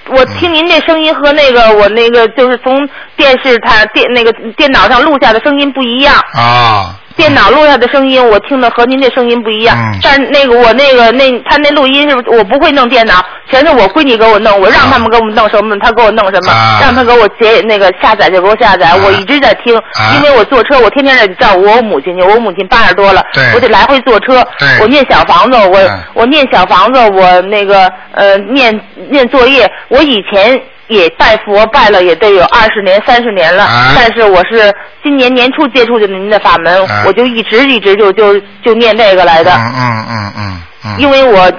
Speaker 6: 我听您这声音和那个我那个就是从电视台电那个电脑上录下的声音不一样，
Speaker 1: 啊、
Speaker 6: 电脑录下的声音，我听的和您这声音不一样。
Speaker 1: 嗯
Speaker 6: 但是那个我那个那他那录音是不是我不会弄电脑，全是我闺女给我弄，我让他们给我们弄什么，他给我弄什么，
Speaker 1: 啊
Speaker 6: 让他给我截那个下载就给我下载，
Speaker 1: 啊
Speaker 6: 我一直在听，
Speaker 1: 啊
Speaker 6: 因为我坐车，我天天在照顾我母亲去，我母亲八十多了
Speaker 1: 对，
Speaker 6: 我得来回坐车
Speaker 1: 对，
Speaker 6: 我念小房子，我、
Speaker 1: 嗯
Speaker 6: 我念小房子，我那个呃念念作业，我以前。也拜佛拜了也得有二十年三十年了，
Speaker 1: 啊
Speaker 6: 但是我是今年年初接触的您的法门，
Speaker 1: 啊
Speaker 6: 我就一直一直就就就念这个来的，
Speaker 1: 嗯嗯嗯嗯嗯，
Speaker 6: 因为我。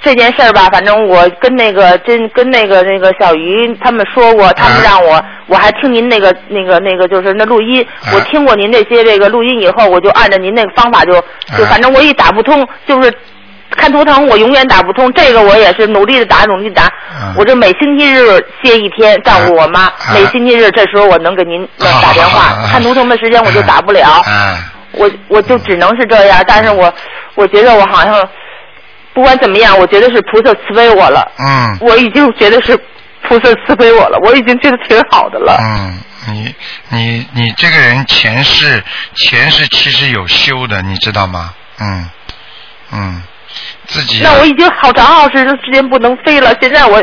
Speaker 6: 这件事儿吧，反正我跟那个真跟那个那个小鱼他们说
Speaker 1: 嗯
Speaker 6: 过，他们让我、我还听您那个那个那个就是那录音，
Speaker 1: 啊
Speaker 6: 我听过您这些这个录音以后，我就按照您那个方法就就
Speaker 1: 啊
Speaker 6: 反正我一打不通就是。看图腾我永远打不通，这个我也是努力的打，努力地打。
Speaker 1: 嗯
Speaker 6: 我这每星期日歇一天照顾我妈，
Speaker 1: 啊
Speaker 6: 每星期日这时候我能给您呃打电话。
Speaker 1: 啊
Speaker 6: 看图腾的时间我就打不了。
Speaker 1: 啊，
Speaker 6: 我我就只能是这样，但是我我觉得我好像不管怎么样，我觉得是菩萨慈悲我了，
Speaker 1: 嗯
Speaker 6: 我已经觉得是菩萨慈悲我了，我已经觉得挺好的了。
Speaker 1: 嗯，你你你这个人前世前世其实有修的，你知道吗？嗯嗯，自己
Speaker 6: 那我已经好长好长时间不能飞了，现在我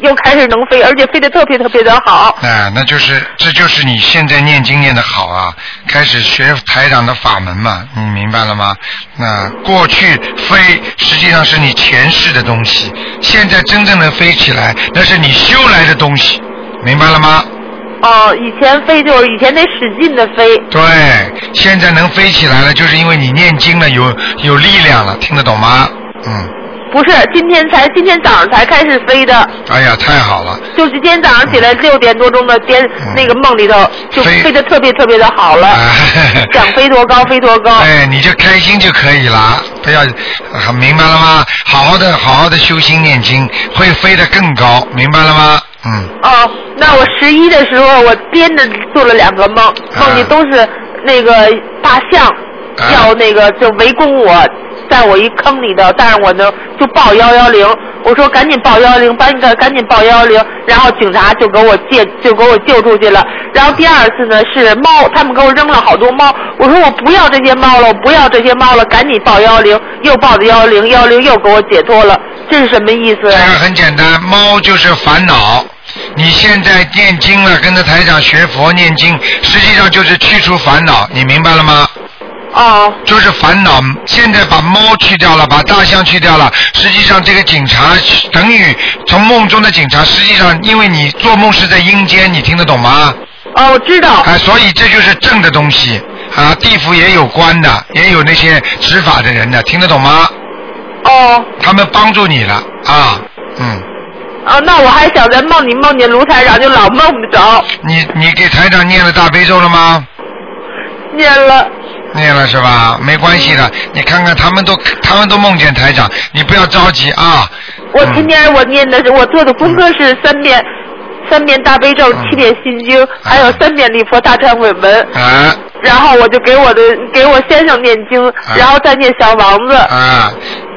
Speaker 6: 又开始能飞，而且飞得特别特别的好。
Speaker 1: 啊，那就是这就是你现在念经念的好啊，开始学台长的法门嘛，你明白了吗？那过去飞实际上是你前世的东西，现在真正的飞起来，那是你修来的东西，明白了吗？
Speaker 6: 哦、以前飞就是以前得使劲的飞，
Speaker 1: 对，现在能飞起来了，就是因为你念经了，有有力量了，听得懂吗？嗯，
Speaker 6: 不是今天才今天早上才开始飞的，
Speaker 1: 哎呀，太好了，
Speaker 6: 就是今天早上起来六点多钟的颠、
Speaker 1: 嗯
Speaker 6: 那个梦里头就
Speaker 1: 飞
Speaker 6: 飞得特别特别的好了。
Speaker 1: 啊、
Speaker 6: 想飞多高飞多高。
Speaker 1: 哎，你就开心就可以了，不要，很明白了吗？好好的，好好的修心念经，会飞得更高，明白了吗？嗯，
Speaker 6: 哦，那我十一的时候，我连着做了两个梦，梦里都是那个大象、
Speaker 1: 啊
Speaker 6: 要那个就围攻我，在我一坑里头，但是我呢就报幺幺零，我说赶紧报幺幺零，赶紧赶紧报幺幺零，然后警察就给我借就给我救出去了。然后第二次呢是猫，他们给我扔了好多猫，我说我不要这些猫了，我不要这些猫了，赶紧报幺幺零，又报的幺幺零，幺幺零又给我解脱了，这是什么意思
Speaker 1: 这
Speaker 6: 啊呀、
Speaker 1: 个很简单，猫就是烦恼。你现在念经了，跟着台长学佛念经，实际上就是去除烦恼，你明白了吗？
Speaker 6: 哦。
Speaker 1: 就是烦恼。现在把猫去掉了，把大象去掉了，实际上这个警察等于从梦中的警察，实际上因为你做梦是在阴间，你听得懂吗？
Speaker 6: 哦，我知道。
Speaker 1: 啊，所以这就是正的东西啊，地府也有官的，也有那些执法的人的，听得懂吗？
Speaker 6: 哦，
Speaker 1: 他们帮助你了啊，嗯，
Speaker 6: 啊，那我还想在梦里梦见卢台长，就老梦不着，
Speaker 1: 你你给台长念了大悲咒了吗？
Speaker 6: 念了。嗯
Speaker 1: 念了是吧？没关系的，你看看他们都他们都梦见台长，你不要着急啊。
Speaker 6: 我
Speaker 1: 嗯
Speaker 6: 今天我念的是我做的功课是三遍，三遍大悲咒，
Speaker 1: 嗯
Speaker 6: 七遍心经，还有三遍礼佛大忏悔文。
Speaker 1: 啊
Speaker 6: 然后我就给我的给我先生念经，然后再念小王子。
Speaker 1: 啊，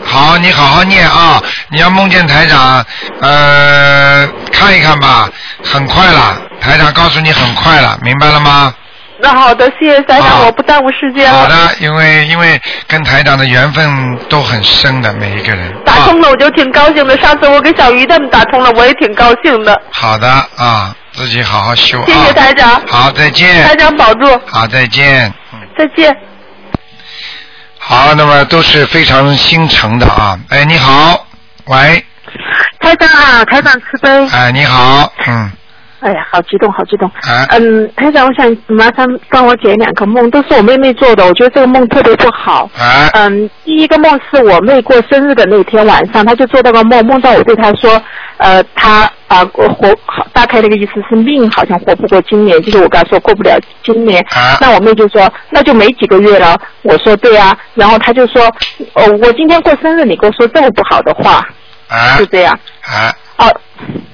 Speaker 1: 好，你好好念啊！你要梦见台长，呃，看一看吧，很快了，台长告诉你很快了，明白了吗？
Speaker 6: 那好的，谢谢台
Speaker 1: 好
Speaker 6: 长，我不耽误时间
Speaker 1: 好
Speaker 6: 了。
Speaker 1: 的，因为因为跟台长的缘分都很深的，每一个人。
Speaker 6: 打
Speaker 1: 啊
Speaker 6: 通了我就挺高兴的，上次我给小鱼他们打通了，我也挺高兴的。
Speaker 1: 好的啊，自己好好修啊。
Speaker 6: 谢谢台长，
Speaker 1: 好，再
Speaker 6: 台
Speaker 1: 见。
Speaker 6: 长保重，
Speaker 1: 好，再见。嗯
Speaker 6: 再见。
Speaker 1: 好，那么都是非常心诚的啊。哎，你好，喂，
Speaker 7: 台长啊，台长慈悲。
Speaker 1: 哎，你好，嗯，
Speaker 7: 哎呀，好激动，好激动。
Speaker 1: 哎，
Speaker 7: 嗯，台长，我想麻烦帮我解两个梦，都是我妹妹做的，我觉得这个梦特别不好。
Speaker 1: 哎，
Speaker 7: 嗯，第一个梦是我妹过生日的那天晚上，她就做到个梦，梦到我对她说，呃，她啊、我活好大概那个意思是命好像活不过今年，就是我跟她说过不了今年，
Speaker 1: 啊
Speaker 7: 那我妹就说那就没几个月了，我说对啊，然后她就说，哦，我今天过生日，你跟我说这么不好的话，
Speaker 1: 哎
Speaker 7: 就，这样，
Speaker 1: 哎，
Speaker 7: 哦、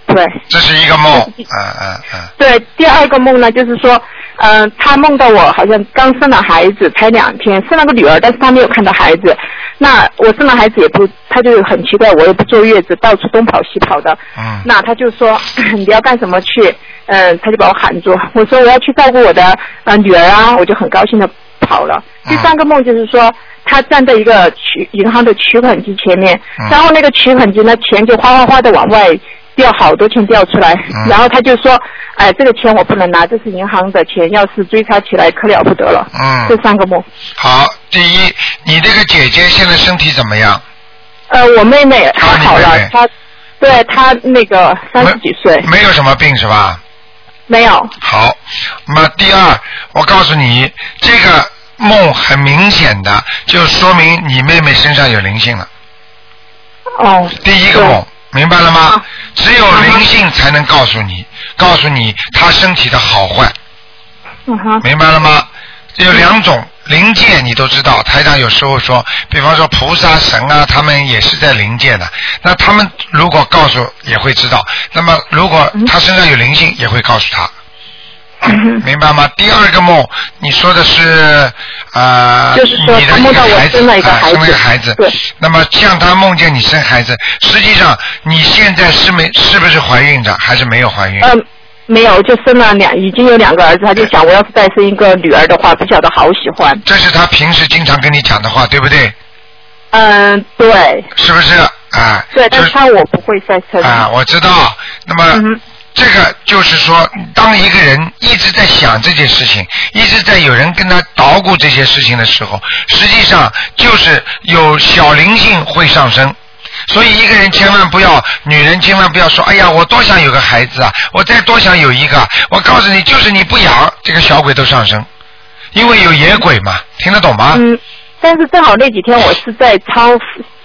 Speaker 7: 对，
Speaker 1: 这是一个梦，嗯嗯嗯，
Speaker 7: 对，第二个梦呢，就是说，嗯、他梦到我好像刚生了孩子，才两天，生了个女儿，但是他没有看到孩子。那我生了孩子也不，他就很奇怪，我也不坐月子，到处东跑西跑的。
Speaker 1: 嗯
Speaker 7: 那他就说 你要干什么去？嗯、他就把我喊住，我说我要去照顾我的呃女儿啊，我就很高兴的跑了。第三个梦就是说，他站在一个取银行的取款机前面，
Speaker 1: 嗯
Speaker 7: 然后那个取款机呢，钱就哗哗哗的往外掉，好多钱掉出来，
Speaker 1: 嗯
Speaker 7: 然后他就说，哎，这个钱我不能拿，这是银行的钱，要是追查起来可了不得了。
Speaker 1: 嗯
Speaker 7: 这三个梦，
Speaker 1: 好，第一，你这个姐姐现在身体怎么样？
Speaker 7: 呃，我妹妹她
Speaker 1: 啊你
Speaker 7: 好了，
Speaker 1: 妹妹
Speaker 7: 她对她那个三十几岁，
Speaker 1: 没有什么病是吧？嗯
Speaker 7: 没有，
Speaker 1: 好，那么第二，我告诉你，这个梦很明显的就说明你妹妹身上有灵性了。
Speaker 7: 哦，啊
Speaker 1: 第一个梦，明白了吗？只有灵性才能告诉你，告诉你他身体的好坏，
Speaker 7: 嗯哼，
Speaker 1: 明白了吗？有两种灵界，你都知道。台长有时候说，比方说菩萨、神啊，他们也是在灵界的。那他们如果告诉也会知道，那么如果
Speaker 7: 嗯
Speaker 1: 他身上有灵性，也会告诉他。 明白吗？第二个梦，你说的是啊，呃
Speaker 7: 就是说
Speaker 1: 你的
Speaker 7: 他梦到我
Speaker 1: 孩子
Speaker 7: 生了一个
Speaker 1: 啊
Speaker 7: 孩子
Speaker 1: 生了一个孩子。
Speaker 7: 对
Speaker 1: 那么像他梦见你生孩子，实际上你现在是没是不是怀孕的，还是没有怀孕？
Speaker 7: 嗯，没有，就生了两，已经有两个儿子，他就想我要是再生一个女儿的话，不晓得好喜欢。
Speaker 1: 这是他平时经常跟你讲的话，对不对？
Speaker 7: 嗯，对，
Speaker 1: 是不是？啊，
Speaker 7: 对，
Speaker 1: 就
Speaker 7: 但是他我不会再生。
Speaker 1: 啊，我知道。那么、
Speaker 7: 嗯哼
Speaker 1: 这个就是说，当一个人一直在想这件事情，一直在有人跟他捣鼓这些事情的时候，实际上就是有小灵性会上升。所以一个人千万不要，女人千万不要说，哎呀，我多想有个孩子啊，我再多想有一个啊，我告诉你，就是你不养，这个小鬼都上升，因为有野鬼嘛，听得懂吗？
Speaker 7: 嗯，但是正好那几天我是在抄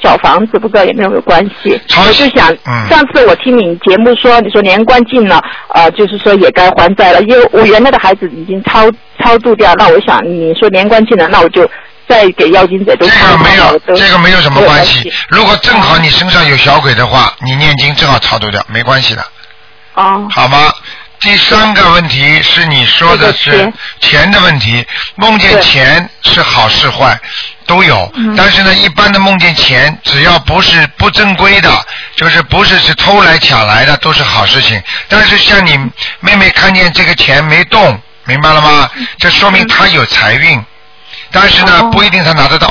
Speaker 7: 小房子，不知道有没有关系。
Speaker 1: 抄
Speaker 7: 我就想，
Speaker 1: 嗯
Speaker 7: 上次我听你节目说，你说年关近了，呃，就是说也该还债了，因为我原来的孩子已经超超度掉，那我想你说年关近了，那我就再给妖精者都
Speaker 1: 这个
Speaker 7: 抄
Speaker 1: 没
Speaker 7: 抄
Speaker 1: 有
Speaker 7: 了，都
Speaker 1: 这个没有什么关系
Speaker 7: 没有。
Speaker 1: 如果正
Speaker 7: 嗯
Speaker 1: 好你身上有小鬼的话，你念经正好超度掉，没关系的，
Speaker 7: 哦，
Speaker 1: 好吗？第三个问题是你说的
Speaker 7: 这个
Speaker 1: 是
Speaker 7: 钱
Speaker 1: 钱的问题，梦见
Speaker 7: 对嗯
Speaker 1: 钱是好是坏都有，但是呢，一般的梦见钱，只要不是不正规的，就是不是是偷来抢来的，都是好事情。但是像你妹妹看见这个钱没动，明白了吗？这说明她有财运，但是呢，
Speaker 7: 哦
Speaker 1: 不一定她拿得到，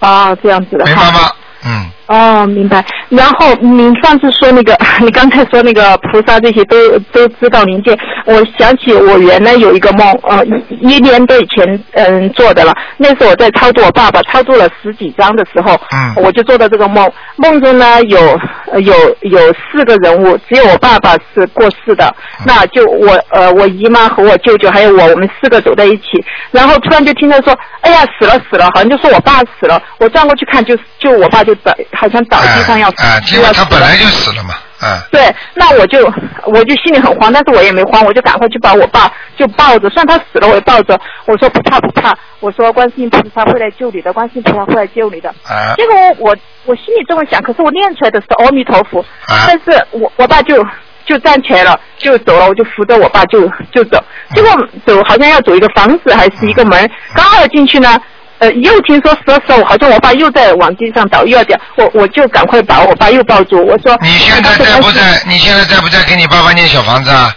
Speaker 7: 哦，这样子的，
Speaker 1: 明
Speaker 7: 好
Speaker 1: 白吗？嗯。
Speaker 7: 哦，明白。然后您上次说那个， 你刚才说那个菩萨这些都都知道灵界，我想起我原来有一个梦，呃，一一年多以前嗯做的了。那时候我在超度我爸爸，超度了十几张的时候，
Speaker 1: 嗯
Speaker 7: 我就做到这个梦。梦中呢有呃有有四个人物，只有我爸爸是过世的，
Speaker 1: 啊
Speaker 7: 那就我呃我姨妈和我舅舅还有我，我们四个走在一起，然后突然就听到说，哎呀死了死了，好像就说我爸死了。我转过去看就，就我爸就倒，好像倒地上要死。
Speaker 1: 啊，因为
Speaker 7: 要死
Speaker 1: 他
Speaker 7: 了
Speaker 1: 本来就死了嘛，啊，
Speaker 7: 对，那我就我就心里很慌，但是我也没慌，我就赶快去把我爸就抱着，虽然他死了，我也抱着，我说不怕不怕，我说观世音菩萨会来救你的，观世音菩萨会来救你的。
Speaker 1: 啊
Speaker 7: 结果我我我心里这么想，可是我念出来的是阿弥陀佛，
Speaker 1: 啊
Speaker 7: 但是我我爸就就站起来了，就走了，我就扶着我爸就就走，
Speaker 1: 嗯
Speaker 7: 结果走好像要走一个房子还是一个门，刚好进去呢。呃，又听说死了死了，好像我爸又在往地上倒，又要掉，我我就赶快把我爸又抱住，我说
Speaker 1: 你现在
Speaker 7: 当时
Speaker 1: 在不
Speaker 7: 观世音
Speaker 1: 在？你现在在不在给你爸爸念小房子啊？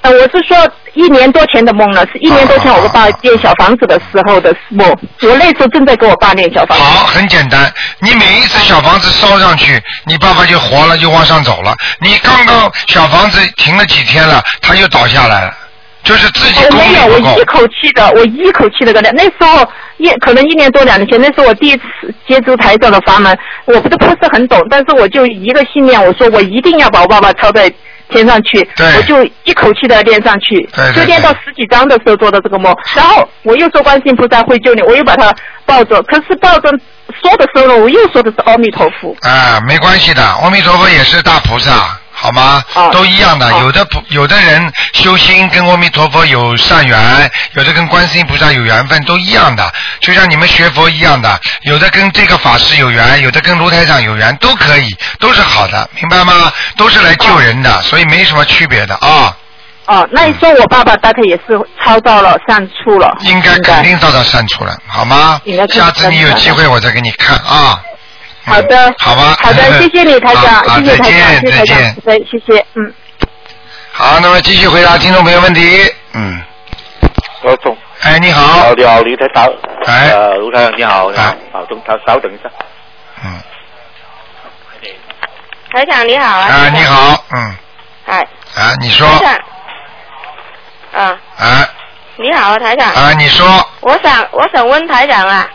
Speaker 7: 呃，我是说一年多前的梦了，是一年多前
Speaker 1: 哦
Speaker 7: 我跟爸建小房子的时候的梦。我那时候正在给我爸念小房子。
Speaker 1: 好，很简单，你每一次小房子烧上去，你爸爸就活了，就往上走了。你刚刚小房子停了几天了，他又倒下来了，就是自己
Speaker 7: 我
Speaker 1: 功
Speaker 7: 哦哎没
Speaker 1: 力
Speaker 7: 有，
Speaker 1: 不
Speaker 7: 我
Speaker 1: 够
Speaker 7: 一。口气的，我一口气的跟他。那时候一可能一年多两年前，那是我第一次接触台长的法门，我不是不是很懂，但是我就一个信念，我说我一定要把我爸爸抄在天上去，
Speaker 1: 对
Speaker 7: 我就一口气的念上去，
Speaker 1: 对对
Speaker 7: 就念到
Speaker 1: 对
Speaker 7: 十几章的时候做的这个梦，然后我又说观世音菩萨会救你，我又把他抱着，可是抱着说的时候呢，我又说的是阿弥陀佛。
Speaker 1: 啊，没关系的，阿弥陀佛也是大菩萨，好吗？
Speaker 7: 哦
Speaker 1: 都一样的，
Speaker 7: 哦
Speaker 1: 有的菩有的人修心跟阿弥陀佛有善缘，有的跟观世音菩萨有缘分，都一样的，就像你们学佛一样的，有的跟这个法师有缘，有的跟卢台长有缘，都可以，都是好的，明白吗？都是来救人
Speaker 7: 啊
Speaker 1: 的，所以没什么区别的啊。
Speaker 7: 哦，那你说我爸爸大概也是抄到了上处了，
Speaker 1: 应该肯定照到删除了，好吗
Speaker 7: 应该？可以
Speaker 1: 下次你有
Speaker 7: 删除了
Speaker 1: 机会我再给你看啊。嗯
Speaker 7: 好的，
Speaker 1: 好吧。
Speaker 7: 好的，谢谢你 台
Speaker 1: 好好
Speaker 7: 长，谢谢
Speaker 1: 再
Speaker 7: 台长，谢
Speaker 1: 见，
Speaker 7: 谢
Speaker 1: 再
Speaker 7: 台
Speaker 1: 见
Speaker 7: 长，。对，谢谢，嗯。
Speaker 1: 好，那么继续回答听众朋友问题。嗯，
Speaker 8: 罗总，
Speaker 1: 哎，你
Speaker 8: 好，
Speaker 1: 好，
Speaker 8: 你好，卢台长，
Speaker 1: 哎
Speaker 8: 呃，卢台长你好，你好
Speaker 1: 哎，
Speaker 8: 好，等稍稍等一下，
Speaker 1: 嗯，
Speaker 4: 台长你好
Speaker 1: 啊，你。好，嗯，
Speaker 4: 哎，
Speaker 1: 啊，你说
Speaker 4: 台，长。啊，
Speaker 1: 啊
Speaker 4: 你好，台长。
Speaker 1: 啊，你说，
Speaker 4: 我想，我想问台长啊，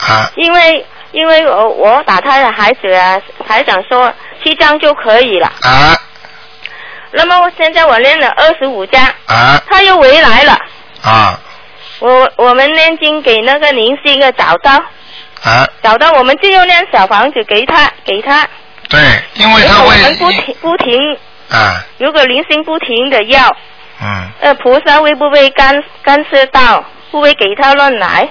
Speaker 1: 啊，
Speaker 4: 因为因为我我打胎的孩子啊，台长说七张就可以了。
Speaker 1: 啊
Speaker 4: 那么我现在我练了二十五张，
Speaker 1: 啊
Speaker 4: 他又回来了。
Speaker 1: 啊
Speaker 4: 啊我我们念经给那个灵性的找到，
Speaker 1: 啊，
Speaker 9: 找到我们就用那样小房子给他给他，
Speaker 1: 对，因为
Speaker 9: 如
Speaker 1: 他
Speaker 9: 果我们不
Speaker 1: 为
Speaker 9: 停不停，
Speaker 1: 啊，
Speaker 9: 如果零星不停的要，
Speaker 1: 嗯，
Speaker 9: 呃，菩萨会不会干干涉到？不会给他乱来？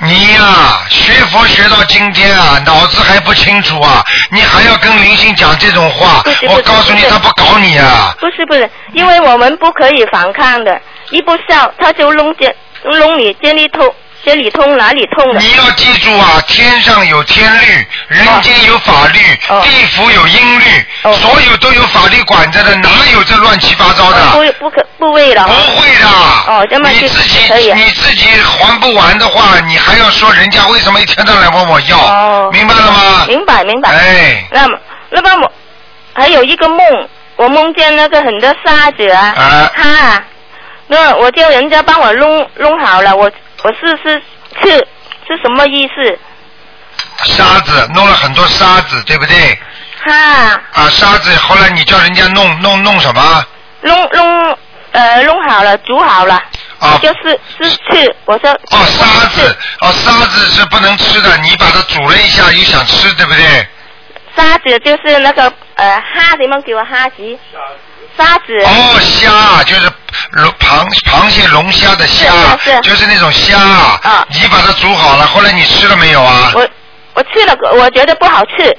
Speaker 1: 你呀、学佛学到今天啊，脑子还不清楚啊，你还要跟灵性讲这种话
Speaker 9: 不是，不是
Speaker 1: 我告诉你，
Speaker 9: 不是
Speaker 1: 他不搞你啊，
Speaker 9: 不是不是，因为我们不可以反抗的，一不笑他就弄见弄你这里痛，这里痛哪里痛的。
Speaker 1: 你要记住啊，天上有天律，人间有法律，
Speaker 9: 哦
Speaker 1: 地府有阴律，
Speaker 9: 哦
Speaker 1: 所有都有法律管着的，哪有这乱七八糟的？
Speaker 9: 哦不不可不为了
Speaker 1: 不
Speaker 9: 哦
Speaker 1: 会的。
Speaker 9: 哦这么
Speaker 1: 你
Speaker 9: 就
Speaker 1: 自己
Speaker 9: 可以啊
Speaker 1: 你自己还不完的话，你还要说人家为什么一天到晚问我要？
Speaker 9: 哦
Speaker 1: 明白了吗？
Speaker 9: 明白明白。
Speaker 1: 哎，
Speaker 9: 那么那么我还有一个梦，我梦见那个很多沙子啊，
Speaker 1: 啊
Speaker 9: 他啊，那我叫人家帮我弄弄好了，我我试试是是什么意思？
Speaker 1: 沙子弄了很多沙子，对不对？
Speaker 9: 哈，
Speaker 1: 啊，沙子后来你叫人家弄弄弄什么？
Speaker 9: 弄弄呃弄好了，煮好了，
Speaker 1: 啊
Speaker 9: 就是是去，我说
Speaker 1: 哦，沙子，哦，沙子是不能吃的，你把它煮了一下又想吃，对不对？
Speaker 9: 沙子就是那个呃哈什么叫哈子？沙子。
Speaker 1: 哦，虾就是龙螃螃蟹、龙虾的虾
Speaker 9: 是是，
Speaker 1: 就是那种虾。
Speaker 9: 啊
Speaker 1: 你把它煮好了，后来你吃了没有啊？
Speaker 9: 我我去了，我觉得不好吃。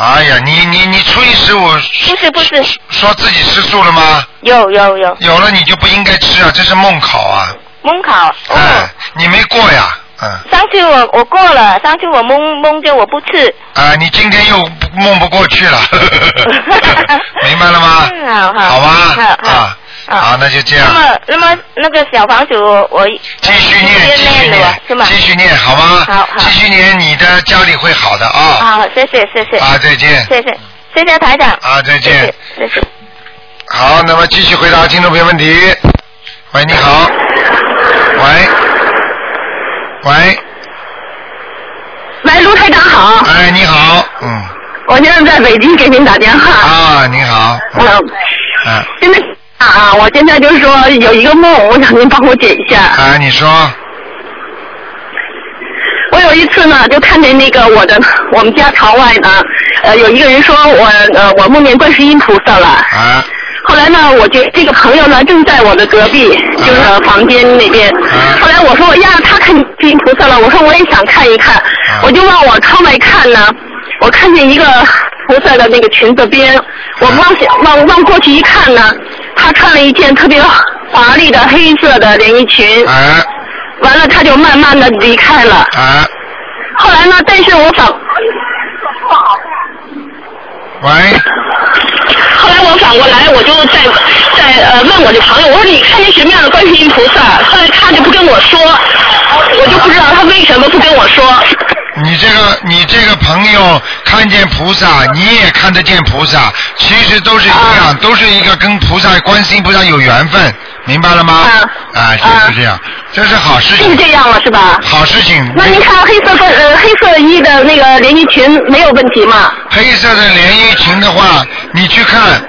Speaker 1: 哎呀，你你你初一十五
Speaker 9: 不是不是，
Speaker 1: 说自己吃素了吗？
Speaker 9: 有有有，
Speaker 1: 有了你就不应该吃啊，这是梦考啊！
Speaker 9: 蒙考。哦。
Speaker 1: 哎，你没过呀，嗯，
Speaker 9: 上次我我过了，上次我蒙蒙着我不吃。
Speaker 1: 啊，你今天又不梦不过去了，明白了吗？
Speaker 9: 嗯 好好
Speaker 1: 好吧，
Speaker 9: 好好
Speaker 1: 啊，
Speaker 9: 好
Speaker 1: 好，那就这
Speaker 9: 那
Speaker 1: 样，
Speaker 9: 么那么那个小房主我我
Speaker 1: 继续念，继
Speaker 9: 我先
Speaker 1: 续
Speaker 9: 念的吧
Speaker 1: 念
Speaker 9: 是吗，？
Speaker 1: 继续念，好吗？
Speaker 9: 好好
Speaker 1: 继续念，你的家里会好的啊！
Speaker 9: 好，谢谢谢谢
Speaker 1: 啊，再见。
Speaker 9: 谢谢谢谢台长。
Speaker 1: 啊再见
Speaker 9: 谢谢。谢谢
Speaker 1: 好，那么继续回答听众朋友问题。喂，你好。 喂。喂，
Speaker 7: 喂，卢台长好，
Speaker 1: 哎，你好，嗯，
Speaker 7: 我现在在北京给您打电话。
Speaker 1: 啊，你好，嗯，
Speaker 7: 嗯，
Speaker 1: 啊，
Speaker 7: 现在啊，我现在就是说有一个梦，我想您帮我解一下。
Speaker 1: 啊，你说，
Speaker 7: 我有一次呢，就看见那个我的我们家朝外呢，呃，有一个人说我呃我梦见观世音菩萨了。
Speaker 1: 啊，
Speaker 7: 后来呢，我觉这个朋友呢正在我的隔壁，就是房间那边。后来我说呀，他看见菩萨了，我说我也想看一看，我就往我窗外看呢，我看见一个菩萨的那个裙子边，我往下往往过去一看呢，他穿了一件特别华丽的黑色的连衣裙，
Speaker 1: 啊，
Speaker 7: 完了他就慢慢的离开了。
Speaker 1: 啊，
Speaker 7: 后来呢，但是我反，
Speaker 1: 喂，
Speaker 7: 后来我反过来，我就在在呃问我这朋友，我说你看见什么样的观世音菩萨？后来他就不跟我说，我就不知道他为什么不跟我说。
Speaker 1: 你这个你这个朋友看见菩萨，你也看得见菩萨，其实都是一样，
Speaker 7: 啊
Speaker 1: 都是一个跟菩萨、观世音菩萨有缘分，明白了吗？
Speaker 7: 啊
Speaker 1: 啊，就是这样，这是好事
Speaker 7: 是
Speaker 1: 情，
Speaker 7: 这样了是吧？
Speaker 1: 好事情。
Speaker 7: 那您看黑色分呃黑色衣的那个连衣裙没有问题吗？
Speaker 1: 黑色的连衣裙的话，你去看，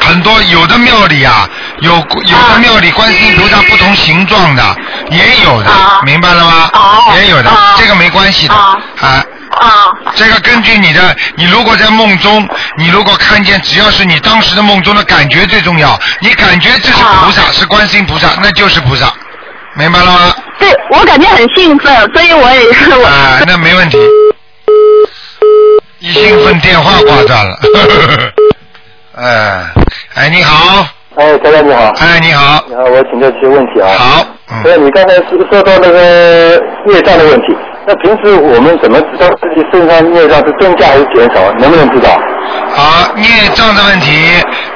Speaker 1: 很多有的庙里啊，有有
Speaker 7: 啊
Speaker 1: 的庙里观世音菩萨不同形状的，也有的，
Speaker 7: 啊
Speaker 1: 明白了吗？
Speaker 7: 哦
Speaker 1: 也有的，
Speaker 7: 啊
Speaker 1: 这个没关系的
Speaker 7: 啊
Speaker 1: 啊
Speaker 7: 啊
Speaker 1: 这个根据你的，你如果在梦中，你如果看见，只要是你当时的梦中的感觉最重要，你感觉这是
Speaker 7: 啊
Speaker 1: 菩萨，是观世音菩萨，那就是菩萨，明白了吗？
Speaker 7: 对，我感觉很兴奋，所以我也是我。
Speaker 1: 啊，那没问题。一兴奋，电话挂断了。 哎，哎，你好，
Speaker 10: 哎，台长你好，
Speaker 1: 哎，你好，
Speaker 10: 你好，我请教几个问题啊。。
Speaker 1: 好，
Speaker 10: 对，
Speaker 1: 嗯，
Speaker 10: 你刚才是说到那个孽障的问题，那平时我们怎么知道自己身上孽障是增加还是减少？能不能知道？
Speaker 1: 好，孽障的问题，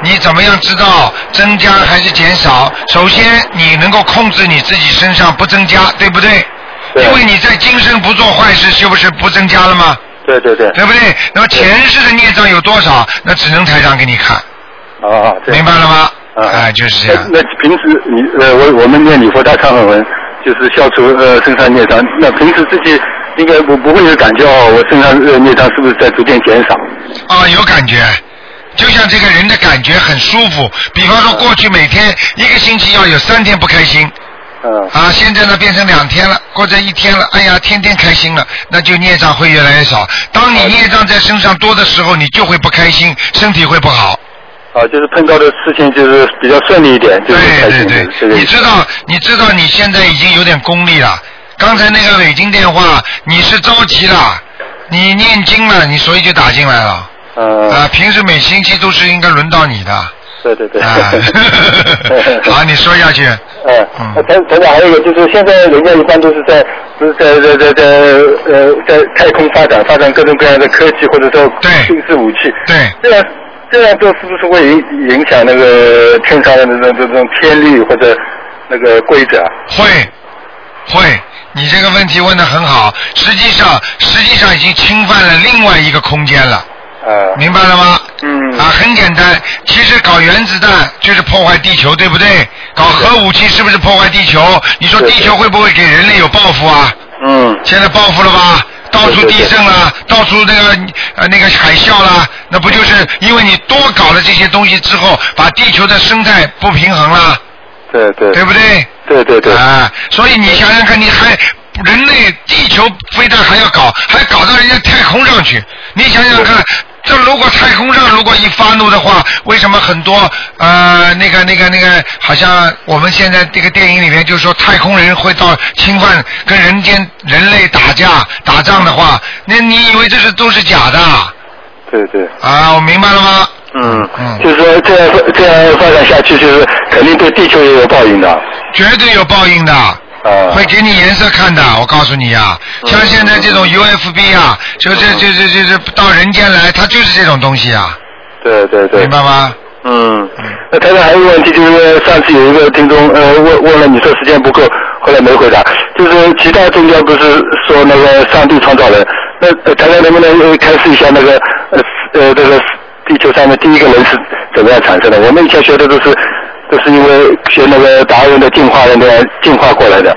Speaker 1: 你怎么样知道增加还是减少？首先，你能够控制你自己身上不增加，对不对？
Speaker 10: 对
Speaker 1: 因为你在今生不做坏事，是不是不增加了吗？
Speaker 10: 对对对。
Speaker 1: 对不对？那么前世的孽障有多少？那只能台长给你看，
Speaker 10: 啊，对。
Speaker 1: 明白了吗？
Speaker 10: 啊
Speaker 1: 哎，就是这样。
Speaker 10: 那那平时你呃，我我们念礼佛大忏悔文，就是消除呃身上孽障。那平时自己应该不不会有感觉哦，我身上呃孽障是不是在逐渐减少？
Speaker 1: 啊、有感觉，就像这个人的感觉很舒服。比方说，过去每天一个星期要有三天不开心，
Speaker 10: 嗯，
Speaker 1: 啊，现在呢变成两天了，或者一天了，哎呀，天天开心了，那就孽障会越来越少。当你孽障在身上多的时候，你就会不开心，身体会不好。
Speaker 10: 啊，就是碰到的事情就是比较顺利一点，就是开心点，这个意
Speaker 1: 你
Speaker 10: 思
Speaker 1: 知道，你知道你现在已经有点功力了。刚才那个北京电话，你是着急了，你念经了，你所以就打进来了。
Speaker 10: 嗯，
Speaker 1: 啊，平时每星期都是应该轮到你的。
Speaker 10: 对对对。
Speaker 1: 啊，好，你说下去。
Speaker 10: 嗯，那陈陈长还有一个就是，现在人家一般都是在，不是在在在在呃在太空发展，发展各种各样的科技，或者说军事武器。
Speaker 1: 对。
Speaker 10: 这样这样做是不是会影影响那个天上的那种这种天律或者那个规则啊？
Speaker 1: 会，会，你这个问题问的很好。实际上，实际上已经侵犯了另外一个空间了。
Speaker 10: 呃，
Speaker 1: 明白了吗？
Speaker 10: 嗯。
Speaker 1: 啊，很简单，其实搞原子弹就是破坏地球，对不对？搞核武器是不是破坏地球？你说地球会不会给人类有报复啊？
Speaker 10: 嗯，
Speaker 1: 现在报复了吧？到处地震啦，到处那个呃那个海啸啦，那不就是因为你多搞了这些东西之后，把地球的生态不平衡啦，
Speaker 10: 对对
Speaker 1: 对不对？
Speaker 10: 对对对，
Speaker 1: 啊， 所以你想想看，你还人类地球非但还要搞，还搞到人家太空上去，你想想看。这如果太空上如果一发怒的话，为什么很多呃那个那个那个，好像我们现在这个电影里面就说太空人会到侵犯跟人间人类打架打仗的话，那你以为这是都是假的啊
Speaker 10: 对对。
Speaker 1: 啊？我明白了吗？
Speaker 10: 嗯，
Speaker 1: 嗯
Speaker 10: 就是说这样发这样发展下去，就是肯定对地球也有报应的。
Speaker 1: 绝对有报应的。
Speaker 10: 啊，
Speaker 1: 会给你颜色看的，我告诉你啊，像现在这种 UFB 啊，就这这这这这到人间来，它就是这种东西啊，
Speaker 10: 对对对
Speaker 1: 明。白吗？
Speaker 10: 嗯，那台长还有一个问题，就是上次有一个听众呃问问了你说时间不够，后来没回答。就是其他宗教不是说那个上帝创造人，那呃台长能不能呃开示一下那个呃呃这个地球上的第一个人是怎么样产生的？我们以前学的都是都是因为学那个达尔文的进化论的进化 过来的。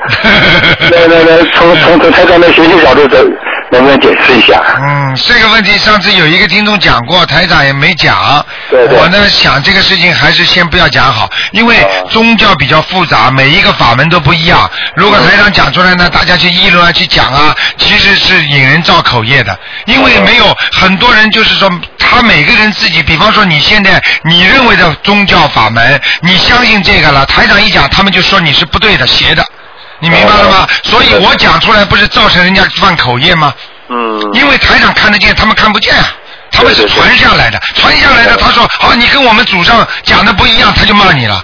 Speaker 10: 那那那从从从台长的学习角度的，能不能解释一下？
Speaker 1: 嗯，这个问题上次有一个听众讲过，台长也没讲。
Speaker 10: 对对啊
Speaker 1: 我呢想这个事情还是先不要讲好，因为宗教比较复杂，每一个法门都不一样。如果台长讲出来呢，大家去议论啊，去讲啊，其实是引人造口业的，因为没有很多人就是说。他每个人自己，比方说你现在你认为的宗教法门，你相信这个了，台长一讲，他们就说你是不对的、邪的，你明白了
Speaker 10: 啊
Speaker 1: 吗？所以我讲出来不是造成人家犯口业吗？
Speaker 10: 嗯
Speaker 1: 因为台长看得见，他们看不见啊。他们是传下来的，传下来的。他说：“好，你跟我们祖上讲的不一样，他就骂你了。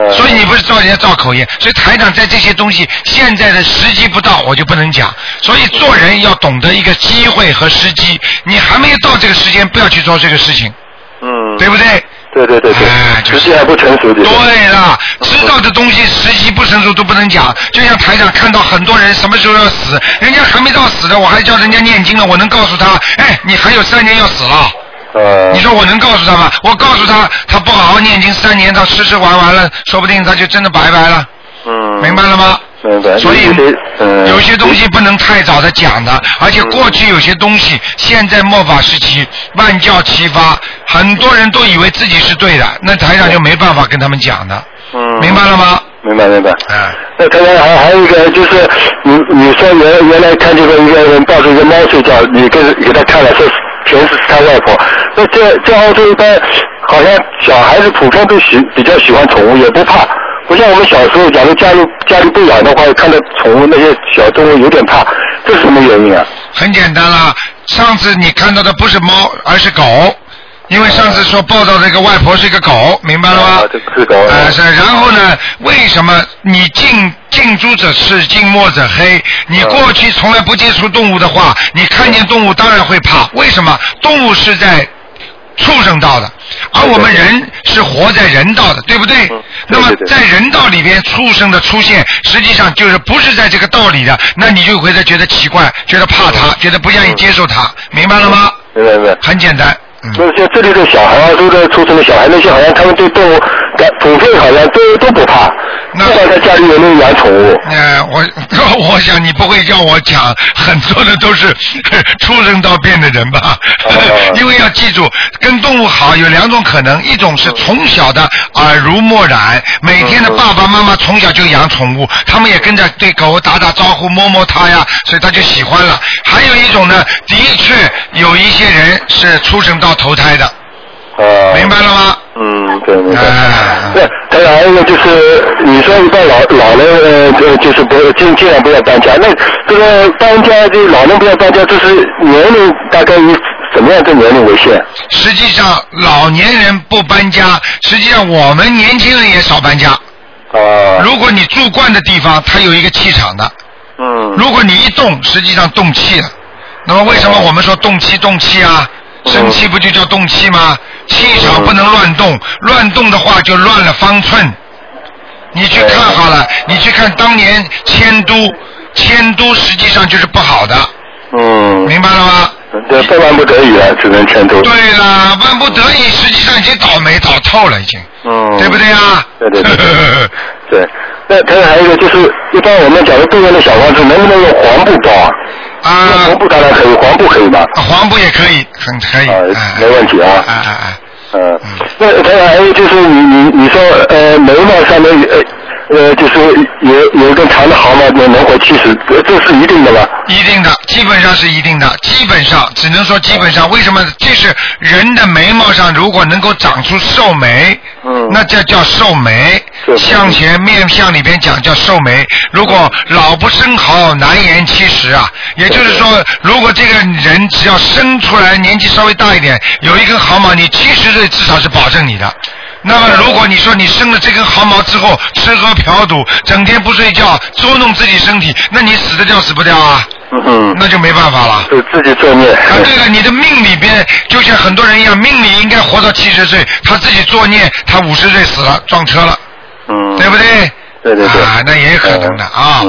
Speaker 10: 呃
Speaker 1: 所以你不是造人家造口业。所以台长在这些东西现在的时机不到，我就不能讲。所以做人要懂得一个机会和时机，你还没有到这个时间，不要去做这个事情，
Speaker 10: 嗯
Speaker 1: 对不对？
Speaker 10: 对对对
Speaker 1: 哎就
Speaker 10: 对，
Speaker 1: 是
Speaker 10: 嗯时机还不成熟的。
Speaker 1: 对了，知道的东西时机不成熟都不能讲。就像台长看到很多人什么时候要死，人家还没到死呢，我还叫人家念经呢，我能告诉他，哎，你还有三年要死了。
Speaker 10: 呃
Speaker 1: 你，说我能告诉他吗？我告诉他，他不好好念经三年，他吃吃玩玩了，说不定他就真的拜拜了，
Speaker 10: 嗯，
Speaker 1: 明白了吗？
Speaker 10: 明白。
Speaker 1: 所以
Speaker 10: 有些嗯，
Speaker 1: 有些东西不能太早的讲的，而且过去有些东西，现在末法时期，万教齐发，很多人都以为自己是对的，那台长就没办法跟他们讲的，
Speaker 10: 嗯
Speaker 1: 明白了吗？
Speaker 10: 明白明白。
Speaker 1: 哎，
Speaker 10: 那刚才还还有一个就是，你你说原原来看见过一个人抱着一个猫睡觉，你跟给他看了说全是他外婆。那这这澳洲一般好像小孩子普遍都喜比较喜欢宠物，也不怕。不像我们小时候，假如家里家里不养的话，看到宠物那些小动物有点怕，这是什么原因啊？
Speaker 1: 很简单啦。上次你看到的不是猫，而是狗，因为上次说报道这个外婆是一个狗，明白了吗？
Speaker 10: 啊，这是狗。
Speaker 1: 呃，是，然后呢？为什么你近近朱者赤，近墨者黑？
Speaker 10: 啊
Speaker 1: 你过去从来不接触动物的话，你看见动物当然会怕。为什么？动物是在畜生道的，而我们人是活在人道的，对不对？那么
Speaker 10: 嗯对对
Speaker 1: 在人道里边，畜生的出现，实际上就是不是在这个道理的，
Speaker 10: 嗯
Speaker 1: 那你就会觉得奇怪，觉得怕它，觉得不愿意接受它，明白了吗？
Speaker 10: 明白明白。
Speaker 1: 很简单，嗯。
Speaker 10: 啊那像这里的小孩，澳洲的出生的小孩，那些好像他们对动物感普遍好像都都不怕，不知道他家里有没有养宠物。
Speaker 1: 呃，我 我想你不会叫我讲，很多的都是出生到变的人吧？ 因为要记住，跟动物好有两种可能，一种是从小的耳濡目染，每天的爸爸妈妈从小就养宠物，他们也跟着对狗打打招呼、摸摸它呀，所以他就喜欢了。还有一种呢，的确有一些人是出生到投胎的，
Speaker 10: 呃，明
Speaker 1: 白了吗？哎
Speaker 10: 嗯，对，明白。对，还有还有一个就是，你说一般老老人呃，就就是不尽尽量不要搬家。那这个搬家，这老人不要搬家，就是年龄大概以什么样的年龄为限？
Speaker 1: 实际上老年人不搬家，实际上我们年轻人也少搬家。
Speaker 10: 哦。
Speaker 1: 如果你住惯的地方，它有一个气场的。
Speaker 10: 嗯。
Speaker 1: 如果你一动，实际上动气了。那么为什
Speaker 10: 哦
Speaker 1: 么我们说动气动气啊？
Speaker 10: 嗯
Speaker 1: 生气不就叫动气吗？气场不能乱动，乱动的话就乱了方寸。你去看好了，
Speaker 10: 哎
Speaker 1: 你去看当年迁都，迁都实际上就是不好的。
Speaker 10: 嗯。
Speaker 1: 明白了吗？
Speaker 10: 对，非万不得已啊，只能全都。
Speaker 1: 对啦，万不得已，实际上已经倒霉倒透了，已经。
Speaker 10: 嗯，
Speaker 1: 对不对啊？
Speaker 10: 对对对，对。那他还有一个就是，一般我们假如对面的小房子，能不能用黄布包啊？
Speaker 1: 啊，
Speaker 10: 黄布当然可以，黄布可以吧？
Speaker 1: 黄布也可以，很可以。
Speaker 10: 没问题啊。
Speaker 1: 啊啊啊！
Speaker 10: 嗯，那他还有就是你你你说呃眉毛上面有呃呃就是有有一根长的毫毛能能活七十，这这是一定的吗？
Speaker 1: 一定的，基本上是一定的，基本上只能说基本上。为什么？这是人的眉毛上如果能够长出寿眉，
Speaker 10: 嗯，
Speaker 1: 那叫叫寿眉。向前面向里边讲叫寿眉。如果老不生好，难延七十啊。也就是说，如果这个人只要生出来年纪稍微大一点，有一根毫毛，你七十岁至少是保证你的。那么，如果你说你生了这根毫毛之后，吃喝嫖赌，整天不睡觉，捉弄自己身体，那你死得掉死不掉啊？
Speaker 10: 嗯，
Speaker 1: 那就没办法了。
Speaker 10: 就自己作孽。
Speaker 1: 啊，对了，你的命里边就像很多人一样，命里应该活到七十岁，他自己作孽，他五十岁死了，撞车了，
Speaker 10: 嗯，
Speaker 1: 对不对？
Speaker 10: 对对对。
Speaker 1: 啊，那也有可能的啊。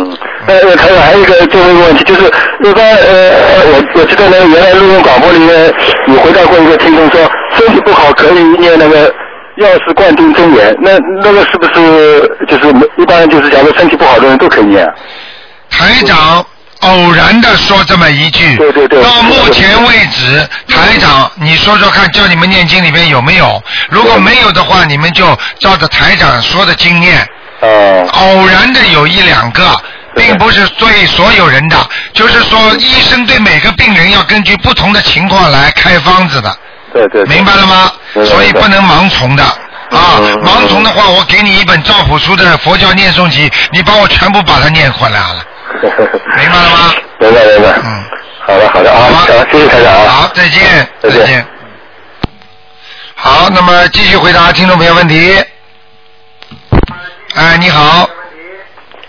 Speaker 10: 那呃，还有还有一个最后一个问题，就是一般呃呃，我我记得呢，原来录音广播里面你回答过一个听众说，身体不好可以念那个药师灌顶真言，那那个是不是就是一般就是假如身体不好的人都可以念啊？
Speaker 1: 台长偶然的说这么一句，对对对，到目前为止，台长，你说说看，叫你们念经里面有没有？如果没有的话，你们就照着台长说的经念。
Speaker 10: 哦。
Speaker 1: 偶然的有一两个。并不是啊对所有人的，就是说医生对每个病人要根据不同的情况来开方子的。
Speaker 10: 对对
Speaker 1: 明白了吗？所以不能盲从的。啊，盲从的话，我给你一本赵朴初的佛教念诵集，你帮我全部把它念回来好了。
Speaker 10: 明
Speaker 1: 白了吗？
Speaker 10: 明白明白。嗯。好的好的啊，好，谢谢台长啊。
Speaker 1: 好，再见，再见。好，那么继续回答听众朋友问题。哎，你好，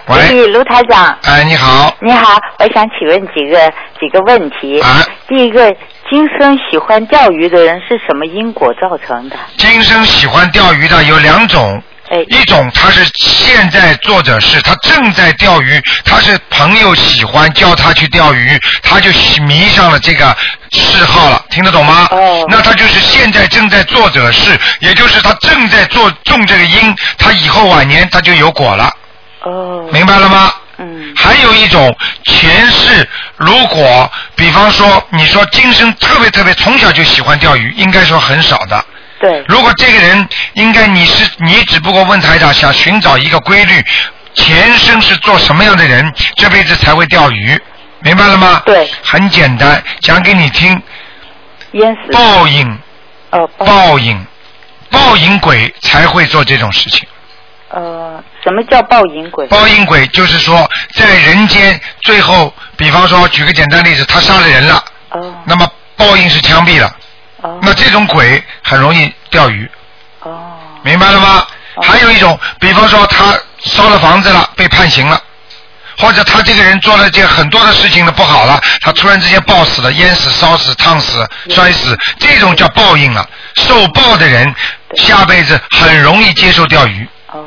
Speaker 11: 喂，卢台长。
Speaker 1: 哎，你好。
Speaker 11: 你好，我想请问几个几个问题。
Speaker 1: 啊。
Speaker 11: 第一个，今生喜欢钓鱼的人是什么因果造成的？
Speaker 1: 今生喜欢钓鱼的有两种，一种他是现在作者是他正在钓鱼，他是朋友喜欢叫他去钓鱼，他就迷上了这个嗜好了，听得懂吗？哦。那他就是现在正在作者是，也就是他正在做种这个因，他以后晚年他就有果了。
Speaker 11: 哦。
Speaker 1: 明白了吗？嗯。还有一种前世，如果比方说你说今生特别特别从小就喜欢钓鱼，应该说很少的。
Speaker 11: 对。
Speaker 1: 如果这个人应该你是你只不过问台长想寻找一个规律，前生是做什么样的人，这辈子才会钓鱼，明白了吗？
Speaker 11: 对。
Speaker 1: 很简单，讲给你听。
Speaker 11: 淹死。
Speaker 1: 报应。
Speaker 11: 哦。
Speaker 1: 报应，报应鬼才会做这种事情。
Speaker 11: 呃，什么叫报应鬼？
Speaker 1: 报应鬼就是说，在人间最后，比方说，举个简单例子，他杀了人了，那么报应是枪毙了，
Speaker 11: 哦
Speaker 1: 那这种鬼很容易钓鱼，明白了吗？
Speaker 11: 哦
Speaker 1: 还有一种，比方说他烧了房子了，被判刑了，或者他这个人做了件很多的事情了不好了，他突然之间暴死了、淹死、烧死、烫死、
Speaker 11: 嗯
Speaker 1: 摔死，这种叫报应了。受报的人下辈子很容易接受钓鱼。哦，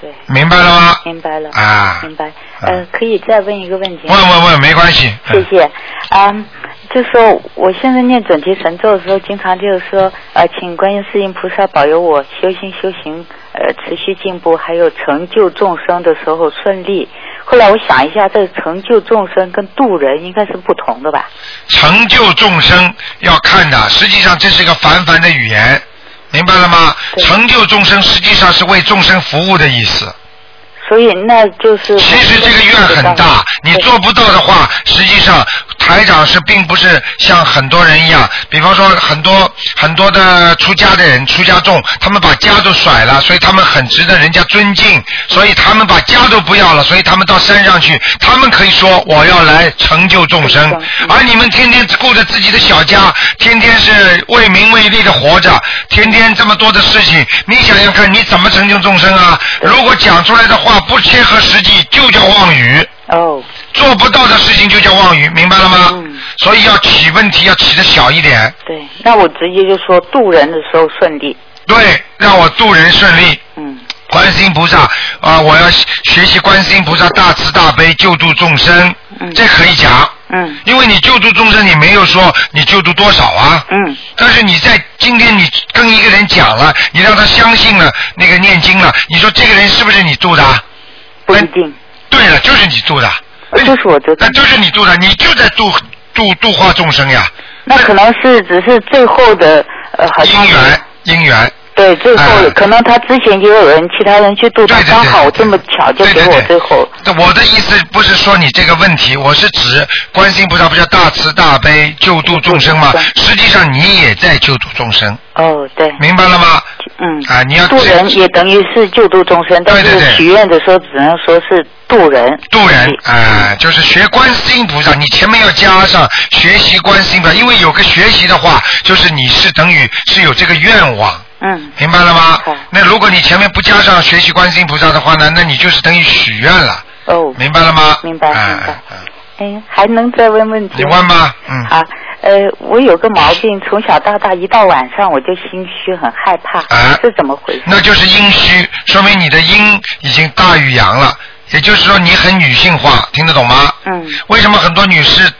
Speaker 1: 对。明白了吗？
Speaker 11: 明白了。
Speaker 1: 啊，
Speaker 11: 明白。呃，可以再问一个问题吗。
Speaker 1: 问问问，没关系。嗯
Speaker 11: 谢谢。啊、就说我现在念准提神咒的时候，经常就是说，呃，请观音世音菩萨保佑我修行修行，呃，持续进步，还有成就众生的时候顺利。后来我想一下，这成就众生跟度人应该是不同的吧？
Speaker 1: 成就众生要看的，实际上这是一个凡凡的语言，明白了吗？成就众生实际上是为众生服务的意思。
Speaker 11: 所以那就是其实这个
Speaker 1: 愿很大，你做不到的话，实际上台长是并不是像很多人一样，比方说很多很多的出家的人、出家众，他们把家都甩了，所以他们很值得人家尊敬，所以他们把家都不要了，所以他们到山上去，他们可以说我要来成就众生，而你们天天顾着自己的小家，天天是为名为利的活着，天天这么多的事情，你想想看，你怎么成就众生啊？如果讲出来的话不切合实际，就叫妄语。
Speaker 11: 哦。
Speaker 1: 做不到的事情就叫妄语，明白了吗？所以要起问题要起的小一点。
Speaker 11: 对，那我直接就说度人的时候顺利。
Speaker 1: 对，让我渡人顺利。嗯。观世音菩萨啊、我要学习观世音菩萨大慈大悲救度众生，这可以讲。
Speaker 11: 嗯。
Speaker 1: 因为你救度众生，你没有说你救度多少啊。
Speaker 11: 嗯。
Speaker 1: 但是你在今天你跟一个人讲了，你让他相信了那个念经了，你说这个人是不是你度的啊？哎
Speaker 11: 不一定。呃
Speaker 1: 对了，就是你度的。
Speaker 11: 就是我度的。
Speaker 1: 那就是你度的，你就在度度度化众生呀。
Speaker 11: 那可能是只是最后的呃，好像
Speaker 1: 因缘。哎
Speaker 11: 对，最后、可能他之前也有人，其他人去度他，刚好这么巧就给我最后。
Speaker 1: 那我的意思不是说你这个问题，我是指观世音菩萨不叫大慈大悲救度众生吗？实际上你也在救度众生，
Speaker 11: 哦，对。
Speaker 1: 明白了吗？
Speaker 11: 嗯。
Speaker 1: 啊，你要
Speaker 11: 度人也等于是救度众生，但是许愿的时候只能说是度人。
Speaker 1: 度人啊、就是学观世音菩萨，你前面要加上学习观世音菩萨，因为有个学习的话，就是你是等于是有这个愿望。
Speaker 11: 嗯，
Speaker 1: 明白了吗？那如果你前面不加上学习观世音菩萨的话呢，那你就是等于许愿了。
Speaker 11: 哦，
Speaker 1: 明白了吗？
Speaker 11: 明白，
Speaker 1: 哎
Speaker 11: 明白。哎，还能再问问题？
Speaker 1: 你问吧，嗯。
Speaker 11: 啊，呃，我有个毛病，从小到大一到晚上我就心虚，很害怕，
Speaker 1: 啊
Speaker 11: 是怎么回事？
Speaker 1: 那就是阴虚，说明你的阴已经大于阳了，也就是说你很女性化，听得懂吗？
Speaker 11: 嗯。
Speaker 1: 为什么很多女士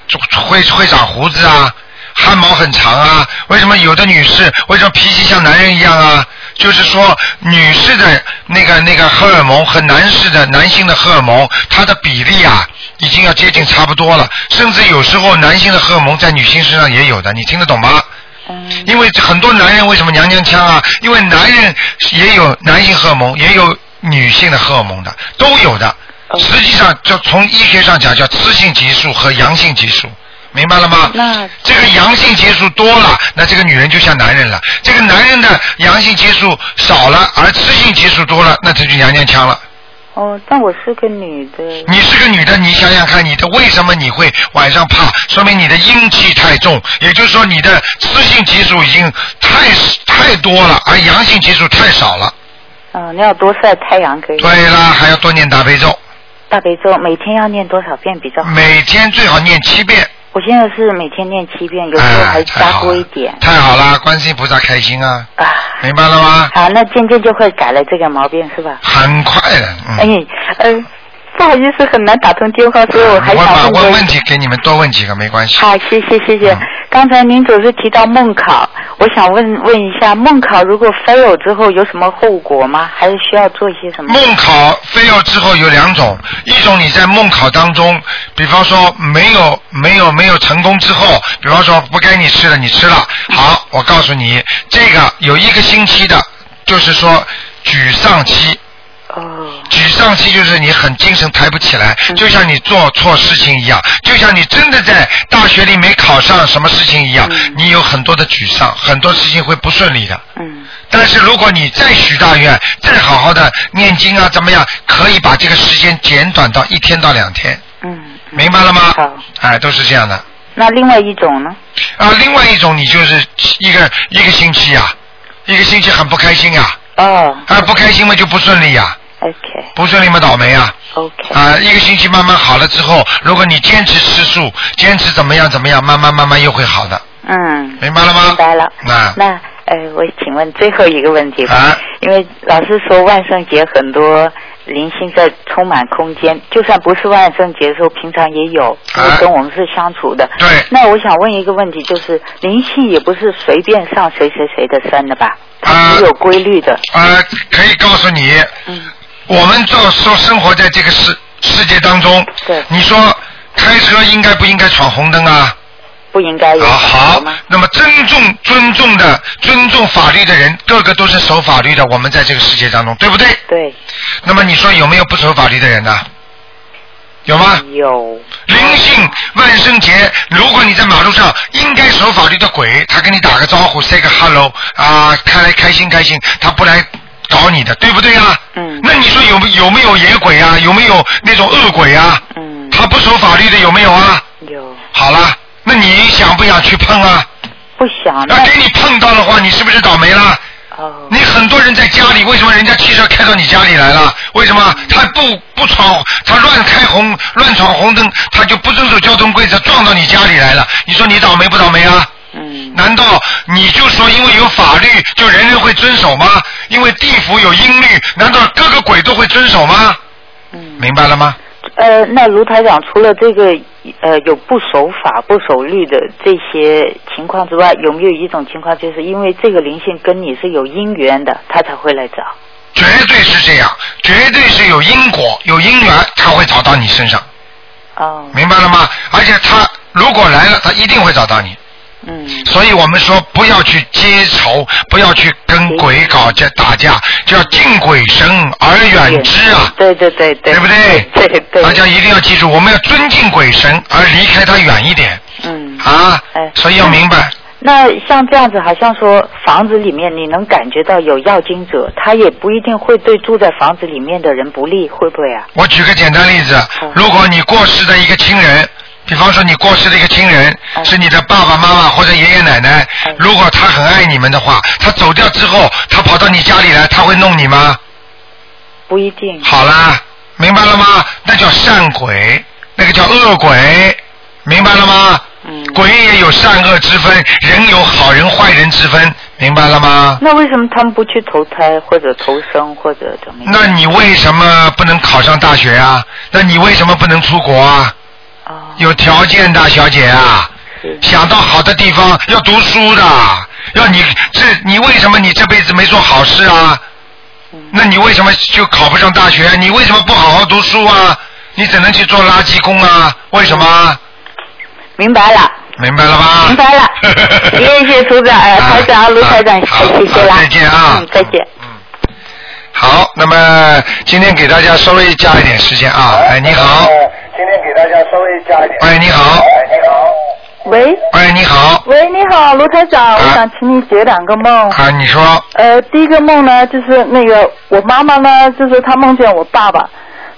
Speaker 1: 会会长胡子啊，汗毛很长啊？为什么有的女士为什么脾气像男人一样啊？就是说，女士的那个那个荷尔蒙和男士的男性的荷尔蒙，它的比例啊，已经要接近差不多了，甚至有时候男性的荷尔蒙在女性身上也有的，你听得懂吗？因为很多男人为什么娘娘腔啊？因为男人也有男性荷尔蒙，也有女性的荷尔蒙的，都有的。实际上，就从医学上讲，叫雌性激素和阳性激素，明白了吗？
Speaker 11: 那
Speaker 1: 这个阳性激素多了，那这个女人就像男人了；这个男人的阳性激素少了，而雌性激素多了，那他就娘娘腔了。
Speaker 11: 哦，但我是个女的。
Speaker 1: 你是个女的，你想想看，你的为什么你会晚上怕？说明你的阴气太重，也就是说你的雌性激素已经太太多了，而阳性激素太少了。
Speaker 11: 嗯、你要多晒太阳可以。
Speaker 1: 对啦，还要多念大悲咒，
Speaker 11: 大悲咒每天要念多少遍比较好？
Speaker 1: 每天最好念七遍。哎
Speaker 11: 我现在是每天念七遍，有时候还加多一点。
Speaker 1: 太好啦，观世音菩萨开心啊！
Speaker 11: 啊，
Speaker 1: 明白了吗？
Speaker 11: 好，那渐渐就会改了这个毛病，是吧？
Speaker 1: 很快的，嗯。
Speaker 11: 哎，呃，不好意思，很难打通电话，所以我哎还
Speaker 1: 问吧，
Speaker 11: 想
Speaker 1: 问
Speaker 11: 问
Speaker 1: 问题给你嗯们多问几个没关系。
Speaker 11: 好，谢谢谢谢。刚才您总是提到梦考，我想问问一下，梦考如果 fail 之后有什么后果吗？还是需要做一些什么？
Speaker 1: 梦考 fail 之后有两种，一种你在梦考当中，比方说没有没有没有成功之后，比方说不该你吃的你吃了，好，我告诉你，这个有一个星期的，就是说沮丧期。沮丧期就是你很精神抬不起来，就像你做错事情一样，就像你真的在大学里没考上什么事情一样，你有很多的沮丧，很多事情会不顺利的。但是如果你再许大愿，再好好的念经啊，怎么样，可以把这个时间减短到一天到两天。
Speaker 11: 嗯，
Speaker 1: 明白了吗？哎，都是这样的。
Speaker 11: 那另外一种呢？
Speaker 1: 啊，另外一种你就是一个一个星期啊，一个星期很不开心啊。
Speaker 11: 哦。
Speaker 1: 啊，不开心嘛就不顺利呀、啊
Speaker 11: OK。
Speaker 1: 不顺利嘛倒霉啊。
Speaker 11: OK。
Speaker 1: 啊，一个星期慢慢好了之后，如果你坚持吃素，坚持怎么样怎么样，慢慢慢慢又会好的。
Speaker 11: 嗯，
Speaker 1: 明白了吗？
Speaker 11: 明白了。
Speaker 1: 啊。
Speaker 11: 那呃，我请问最后一个问题吧，因为老师说万圣节很多灵性在充满空间，就算不是万圣节的时候，平常也有，就是跟我们是相处的。
Speaker 1: 啊对。
Speaker 11: 那我想问一个问题，就是灵性也不是随便上谁谁谁的身的吧？它是有规律的。
Speaker 1: 呃，可以告诉你，我们就说生活在这个世世界当中，对，你说开车应该不应该闯红灯啊？
Speaker 11: 不应该
Speaker 1: 啊，好，那么尊重尊重的尊重法律的人，个个都是守法律的。我们在这个世界当中，对不对？
Speaker 11: 对。
Speaker 1: 那么你说有没有不守法律的人呢、啊有吗？
Speaker 11: 有。
Speaker 1: 灵性万圣节，如果你在马路上，应该守法律的鬼，他跟你打个招呼，say 个 hello 啊，开来开心开心，他不来搞你的，对不对啊？嗯。那你说有没有没有野鬼啊？有没有那种恶鬼啊？嗯。他不守法律的有没有啊？有。好了，那你想不想去碰啊？
Speaker 11: 不想。
Speaker 1: 那给你碰到的话，你是不是倒霉了？你很多人在家里，为什么人家汽车开到你家里来了？为什么他不不闯，他乱开红乱闯红灯，他就不遵守交通规则，撞到你家里来了？你说你倒霉不倒霉啊？嗯。难道你就说因为有法律就人人会遵守吗？因为地府有阴律，难道各个鬼都会遵守吗？嗯。明白了吗？
Speaker 11: 呃，那卢台长除了这个呃有不守法、不守律的这些情况之外，有没有一种情况，就是因为这个灵性跟你是有因缘的，他才会来找？
Speaker 1: 绝对是这样，绝对是有因果、有因缘，他会找到你身上。
Speaker 11: 哦。
Speaker 1: 明白了吗？而且他如果来了，他一定会找到你。嗯。所以我们说不要去结仇，不要去跟鬼搞架打架，就要敬鬼神而远之啊。
Speaker 11: 对对对对。
Speaker 1: 对不对？
Speaker 11: 对对。
Speaker 1: 大家一定要记住，我们要尊敬鬼神而离开他远一点。
Speaker 11: 嗯。
Speaker 1: 啊。所以要明白。
Speaker 11: 那像这样子，好像说房子里面你能感觉到有要经者，他也不一定会对住在房子里面的人不利，会不会啊？
Speaker 1: 我举个简单例子，
Speaker 11: 嗯
Speaker 1: 如果你过世的一个亲人，比方说你过世的一个亲人
Speaker 11: 嗯
Speaker 1: 是你的爸爸妈妈或者爷爷奶奶，如果他很爱你们的话，他走掉之后，他跑到你家里来，他会弄你吗？
Speaker 11: 不一定。
Speaker 1: 好啦，明白了吗？那叫善鬼，那个叫恶鬼，明白了吗？
Speaker 11: 嗯
Speaker 1: 鬼也有善恶之分，人有好人坏人之分，明白了吗？
Speaker 11: 那为什么他们不去投胎或者投生或者怎么样？
Speaker 1: 那你为什么不能考上大学啊？那你为什么不能出国啊？有条件的小姐啊，想到好的地方要读书的，要你这你为什么你这辈子没做好事啊？那你为什么就考不上大学？啊你为什么不好好读书啊？你只能去做垃圾工啊？为什么？
Speaker 11: 明白了。
Speaker 1: 明白了吧？
Speaker 11: 明白了。 谢谢组长、呃、台长、卢台长，谢谢啦。
Speaker 1: 再见啊
Speaker 11: 嗯，再见。
Speaker 1: 好，那么今天给大家稍微加一点时间啊。哎，你好。今天给大家稍微加一点。喂，你好。
Speaker 12: 喂。
Speaker 1: 喂，你好。
Speaker 12: 喂，你好，卢台长，我想请你解两个梦。
Speaker 1: 啊，你说。
Speaker 12: 呃，第一个梦呢，就是那个我妈妈呢，就是她梦见我爸爸，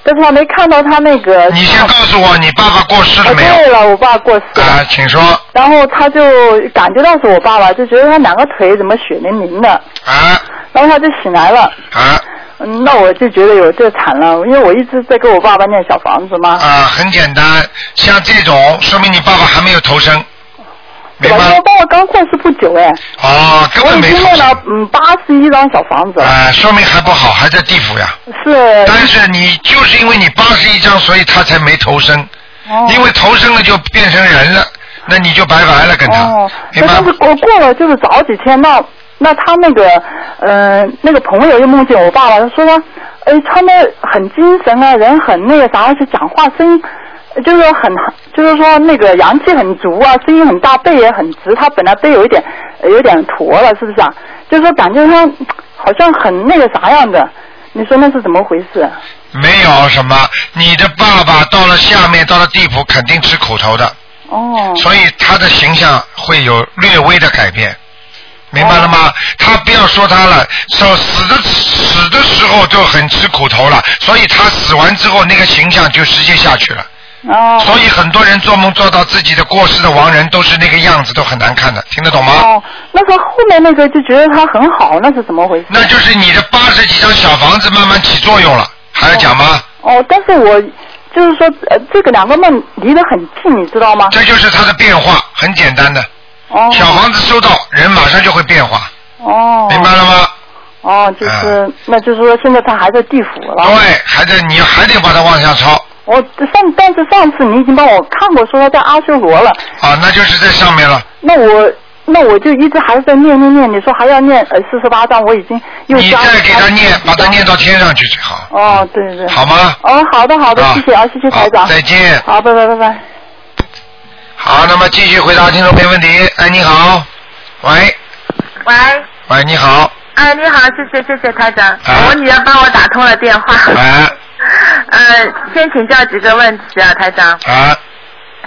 Speaker 12: 但是她没看到他那个。
Speaker 1: 你先告诉我，你爸爸过世了没有？
Speaker 12: 啊对了，我爸过世了。
Speaker 1: 啊，请说。
Speaker 12: 然后他就感觉到是我爸爸，就觉得他两个腿怎么血淋淋的。
Speaker 1: 啊。
Speaker 12: 然后他就醒来了。嗯
Speaker 1: 啊。
Speaker 12: 那我就觉得有这惨了，因为我一直在给我爸爸念小房子嘛。
Speaker 1: 啊，很简单，像这种说明你爸爸还没有投生。
Speaker 12: 对吧？因为我爸爸刚过世不久哎。
Speaker 1: 哦，根
Speaker 12: 我
Speaker 1: 本
Speaker 12: 已
Speaker 1: 没
Speaker 12: 经
Speaker 1: 投
Speaker 12: 弄
Speaker 1: 生。
Speaker 12: 了嗯八十一张小房子了。
Speaker 1: 啊，说明还不好，还在地府呀。
Speaker 12: 是。
Speaker 1: 但是你就是因为你八十一张，所以他才没投生。
Speaker 12: 哦
Speaker 1: 因为投生了就变成人了，那你就拜拜了跟他。
Speaker 12: 哦，那但是过过了就是早几天，那那他那个呃那个朋友又梦见我爸爸，他说他哎穿的很精神啊，人很那个啥，而且讲话声音就是说很就是说那个阳气很足啊，声音很大，背也很直。他本来背有一点有点驼了，是不是啊？就是说感觉他好像很那个啥样的，你说那是怎么回事？啊
Speaker 1: 没有什么，你的爸爸到了下面，到了地府肯定吃苦头的，
Speaker 12: 哦，
Speaker 1: 所以他的形象会有略微的改变，明白了
Speaker 12: 哦
Speaker 1: 吗？他不要说他了，说死的死的时候就很吃苦头了，所以他死完之后那个形象就直接下去了。
Speaker 12: 哦。
Speaker 1: 所以很多人做梦做到自己的过世的亡人都是那个样子，都很难看的，听得懂吗？
Speaker 12: 哦，那个后面那个就觉得他很好，那是怎么回事？
Speaker 1: 那就是你的八十几张小房子慢慢起作用了，还要讲吗？
Speaker 12: 哦，但是我就是说，呃，这个两个梦离得很近，你知道吗？
Speaker 1: 这就是它的变化，很简单的。
Speaker 12: 哦。
Speaker 1: 小房子收到，人马上就会变化，
Speaker 12: 哦。
Speaker 1: 明白了吗？啊
Speaker 12: 哦，就是、那就是说现在他还在地府了。
Speaker 1: 对，还得你还得把它往下抄
Speaker 12: 我上，但是上次你已经帮我看过，说他在阿修罗了。
Speaker 1: 啊，那就是在上面了。
Speaker 12: 那我那我就一直还是在念念念，你说还要念呃四十八章，我已经又
Speaker 1: 你
Speaker 12: 加了
Speaker 1: 再给他念，把它念到天上去最好。
Speaker 12: 哦，对对对。
Speaker 1: 好吗
Speaker 12: 哦，好的好的，
Speaker 1: 啊
Speaker 12: 谢谢啊，谢谢台长。
Speaker 1: 再见啊
Speaker 12: 好，拜拜拜拜。
Speaker 1: 好，那么继续回答听众朋友问题。哎，你好，喂，
Speaker 13: 喂，
Speaker 1: 喂，你好，
Speaker 13: 哎，你好，谢谢谢谢台长，
Speaker 1: 啊
Speaker 13: 我女儿帮我打通了电话。
Speaker 1: 哎，
Speaker 13: 呃，先请教几个问题啊，台长。
Speaker 1: 啊。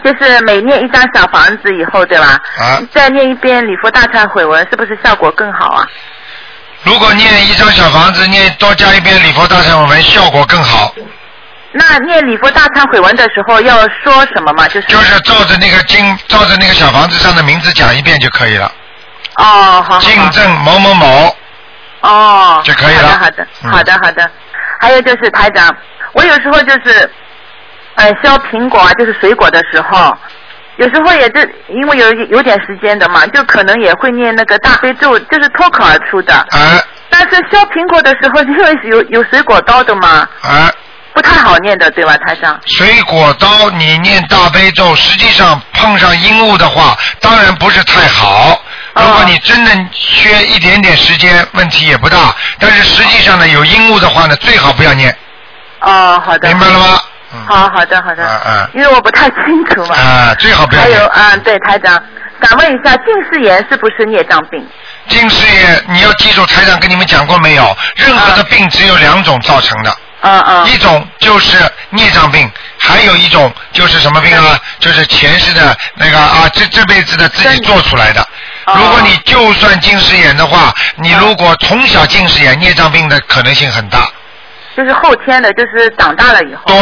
Speaker 13: 就是每念一张小房子以后，对吧？
Speaker 1: 啊。
Speaker 13: 再念一遍礼佛大忏悔文，是不是效果更好啊？
Speaker 1: 如果念一张小房子，念多加一遍礼佛大忏悔文，效果更好。
Speaker 13: 那念礼佛大忏悔文的时候要说什么吗？就是
Speaker 1: 就是照着那个经，照着那个小房子上的名字讲一遍就可以了。
Speaker 13: 哦，好好。
Speaker 1: 敬赠某某某。
Speaker 13: 哦，
Speaker 1: 就可以了嗯
Speaker 13: 好的，好的，好的，好的。还有就是台长，我有时候就是，呃，削苹果啊，就是水果的时候，有时候也就因为有有点时间的嘛，就可能也会念那个大悲咒，就是脱口而出的。
Speaker 1: 啊。
Speaker 13: 但是削苹果的时候，因为有有水果刀的嘛，
Speaker 1: 啊，
Speaker 13: 不太好念的，对吧，台长？
Speaker 1: 水果刀，你念大悲咒，实际上碰上阴物的话，当然不是太好。
Speaker 13: 啊
Speaker 1: 如果你真的缺一点点时间，问题也不大。但是实际上呢，有阴物的话呢，最好不要念。
Speaker 13: 哦，好的。
Speaker 1: 明白了吗？
Speaker 13: 好，好的，好的。
Speaker 1: 啊
Speaker 13: 因为我不太清楚嘛。
Speaker 1: 啊，最好不要
Speaker 13: 还
Speaker 1: 念
Speaker 13: 有啊，对，台长，想问一下，近视眼是不是孽障病？
Speaker 1: 近视眼，你要记住，台长跟你们讲过没有？任何的病只有两种造成的。
Speaker 13: 嗯嗯。
Speaker 1: 一种就是孽障病，还有一种就是什么病啊？就是前世的那个啊，这这辈子的自己做出来的。如果你就算近视眼的话，你如果从小近视眼，孽障病的可能性很大。
Speaker 13: 就是后天的，就是长大了以后。
Speaker 1: 对，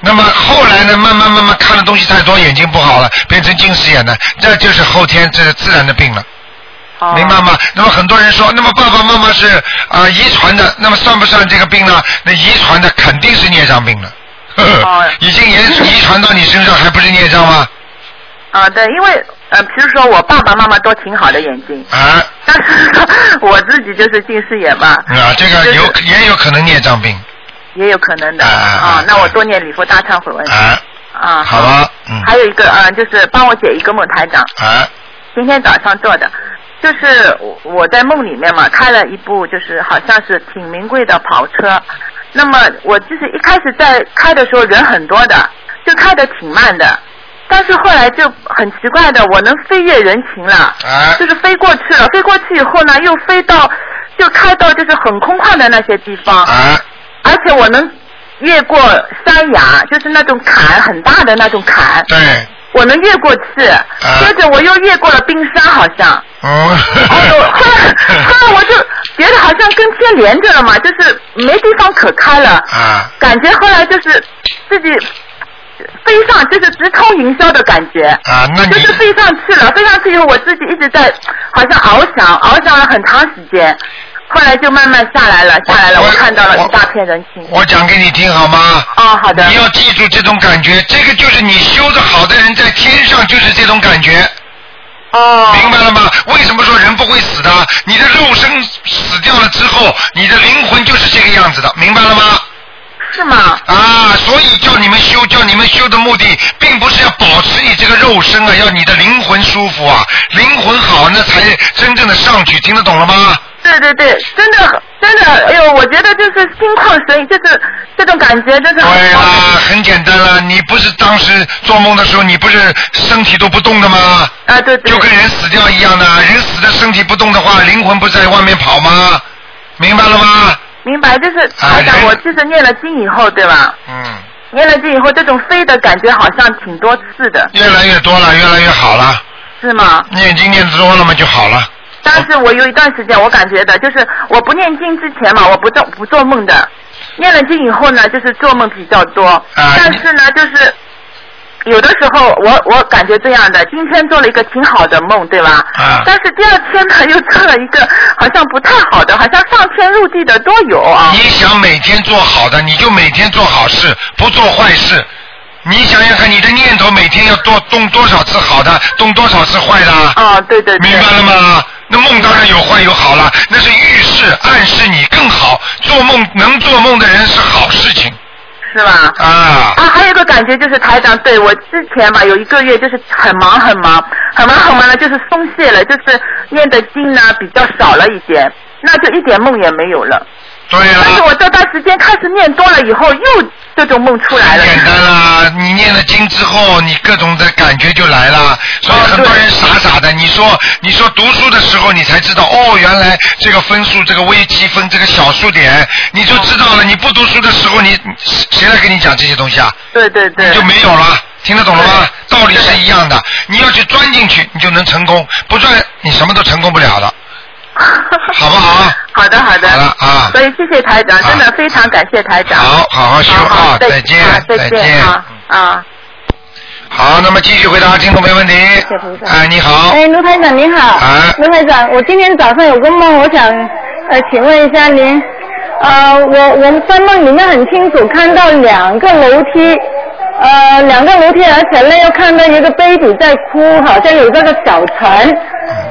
Speaker 1: 那么后来呢，慢慢慢慢看的东西太多，眼睛不好了，变成近视眼了，这就是后天这是自然的病了。明白吗？那么很多人说，那么爸爸妈妈是啊、呃遗传的，那么算不算这个病呢？那遗传的肯定是孽障病了，呵呵 已经遗遗传到你身上，还不是孽障吗？
Speaker 13: 啊，对，因为呃，比如说我爸爸妈妈都挺好的眼睛，
Speaker 1: 啊
Speaker 13: 但是我自己就是近视眼嘛，
Speaker 1: 啊，这个有也有可能孽障病
Speaker 13: 也有可能的。啊，那我多念礼佛大忏悔文。
Speaker 1: 啊，
Speaker 13: 啊，
Speaker 1: 好吧？嗯
Speaker 13: 还有一个啊，呃就是帮我解一个梦，台长，
Speaker 1: 啊
Speaker 13: 今天早上做的，就是我我在梦里面嘛，开了一部就是好像是挺名贵的跑车，那么我就是一开始在开的时候人很多的，就开的挺慢的，但是后来就很奇怪的，我能飞越人群了，
Speaker 1: 啊
Speaker 13: 就是飞过去了，飞过去以后呢，又飞到就开到就是很空旷的那些地方，
Speaker 1: 啊
Speaker 13: 而且我能越过山崖，就是那种坎很大的那种坎，
Speaker 1: 对，啊
Speaker 13: 我能越过去，接着我又越过了冰山，好像。
Speaker 1: 哦。
Speaker 13: 后来我就觉得好像跟天连着了嘛，就是没地方可开了，
Speaker 1: 啊
Speaker 13: 感觉后来就是自己飞上，就是直冲云霄的感觉。
Speaker 1: 啊，那你
Speaker 13: 就是飞上去了，飞上去以后，我自己一直在好像翱翔，翱翔了很长时间，后来就慢慢下来了，下来了，我看到了一大片人群。
Speaker 1: 我讲给你听好吗？
Speaker 13: 哦，好的。
Speaker 1: 你要记住这种感觉，这个就是你修的好的人在天上就是这种感觉。
Speaker 13: 哦。
Speaker 1: 明白了吗？为什么说人不会死的？你的肉身死掉了之后，你的灵魂就是这个样子的，明白了吗？
Speaker 13: 是吗？
Speaker 1: 啊，所以叫你们修，叫你们修的目的，并不是要保持你这个肉身啊，要你的灵魂舒服啊，灵魂好，那才真正的上去，听得懂了吗？
Speaker 13: 对对对，真的真的，哎呦，我觉得就是心旷神怡，就是这种感觉，真的。
Speaker 1: 对啦，啊很简单啦，你不是当时做梦的时候，你不是身体都不动的吗？
Speaker 13: 啊，对
Speaker 1: 对。就跟人死掉一样的，人死的身体不动的话，灵魂不在外面跑吗？明白了吗？
Speaker 13: 明白，就是台长，我就是念了经以后，对吧？
Speaker 1: 哎嗯。
Speaker 13: 念了经以后，这种飞的感觉好像挺多次的，
Speaker 1: 越来越多了，越来越好了，
Speaker 13: 是吗？
Speaker 1: 念经念多了嘛就好了。
Speaker 13: 但是我有一段时间，我感觉的就是我不念经之前嘛，我不做不做梦的，念了经以后呢，就是做梦比较多。但是呢，就是有的时候我我感觉这样的，今天做了一个挺好的梦，对吧？
Speaker 1: 啊
Speaker 13: 但是第二天呢，又做了一个好像不太好的，好像上天入地的都有啊。
Speaker 1: 你想每天做好的，你就每天做好事，不做坏事。你想想看，你的念头每天要多动多少次好的，动多少次坏的？
Speaker 13: 啊，对对
Speaker 1: 对。明白了吗？那梦当然有坏有好了，那是预示暗示你更好。做梦能做梦的人是好事情。
Speaker 13: 是吧？
Speaker 1: 啊。
Speaker 13: 啊，还有一个感觉就是台长，对我之前吧有一个月就是很忙很忙，很忙很忙呢，就是松懈了，就是念的经呢比较少了一点，那就一点梦也没有了。
Speaker 1: 对呀、
Speaker 13: 但是我这段时间开始念多了以后，又这种梦出来了。
Speaker 1: 简单啦，你念了经之后，你各种的感觉就来了。所以很多人傻傻的，你说你说读书的时候，你才知道哦，原来这个分数、这个微积分、这个小数点，你就知道了。你不读书的时候，你谁来跟你讲这些东西啊？
Speaker 13: 对对对，
Speaker 1: 就没有了。听得懂了吗？道理是一样的，你要去钻进去，你就能成功；不钻，你什么都成功不了了。好不好？
Speaker 13: 好的，好的。好
Speaker 1: 了啊。
Speaker 13: 所以谢谢台长，真的非常感谢台长。
Speaker 1: 好，好好修啊！再见
Speaker 13: 啊，
Speaker 1: 再
Speaker 13: 再见啊啊！
Speaker 1: 好，那么继续回答听众没问题。哎，你好。
Speaker 7: 哎，卢台长您好。
Speaker 1: 啊
Speaker 7: 卢台长，我今天早上有个梦，我想呃，请问一下您，呃，我我们在梦里面很清楚看到两个楼梯，呃，两个楼梯，而且呢又看到一个 baby 在哭，好像有这个小船，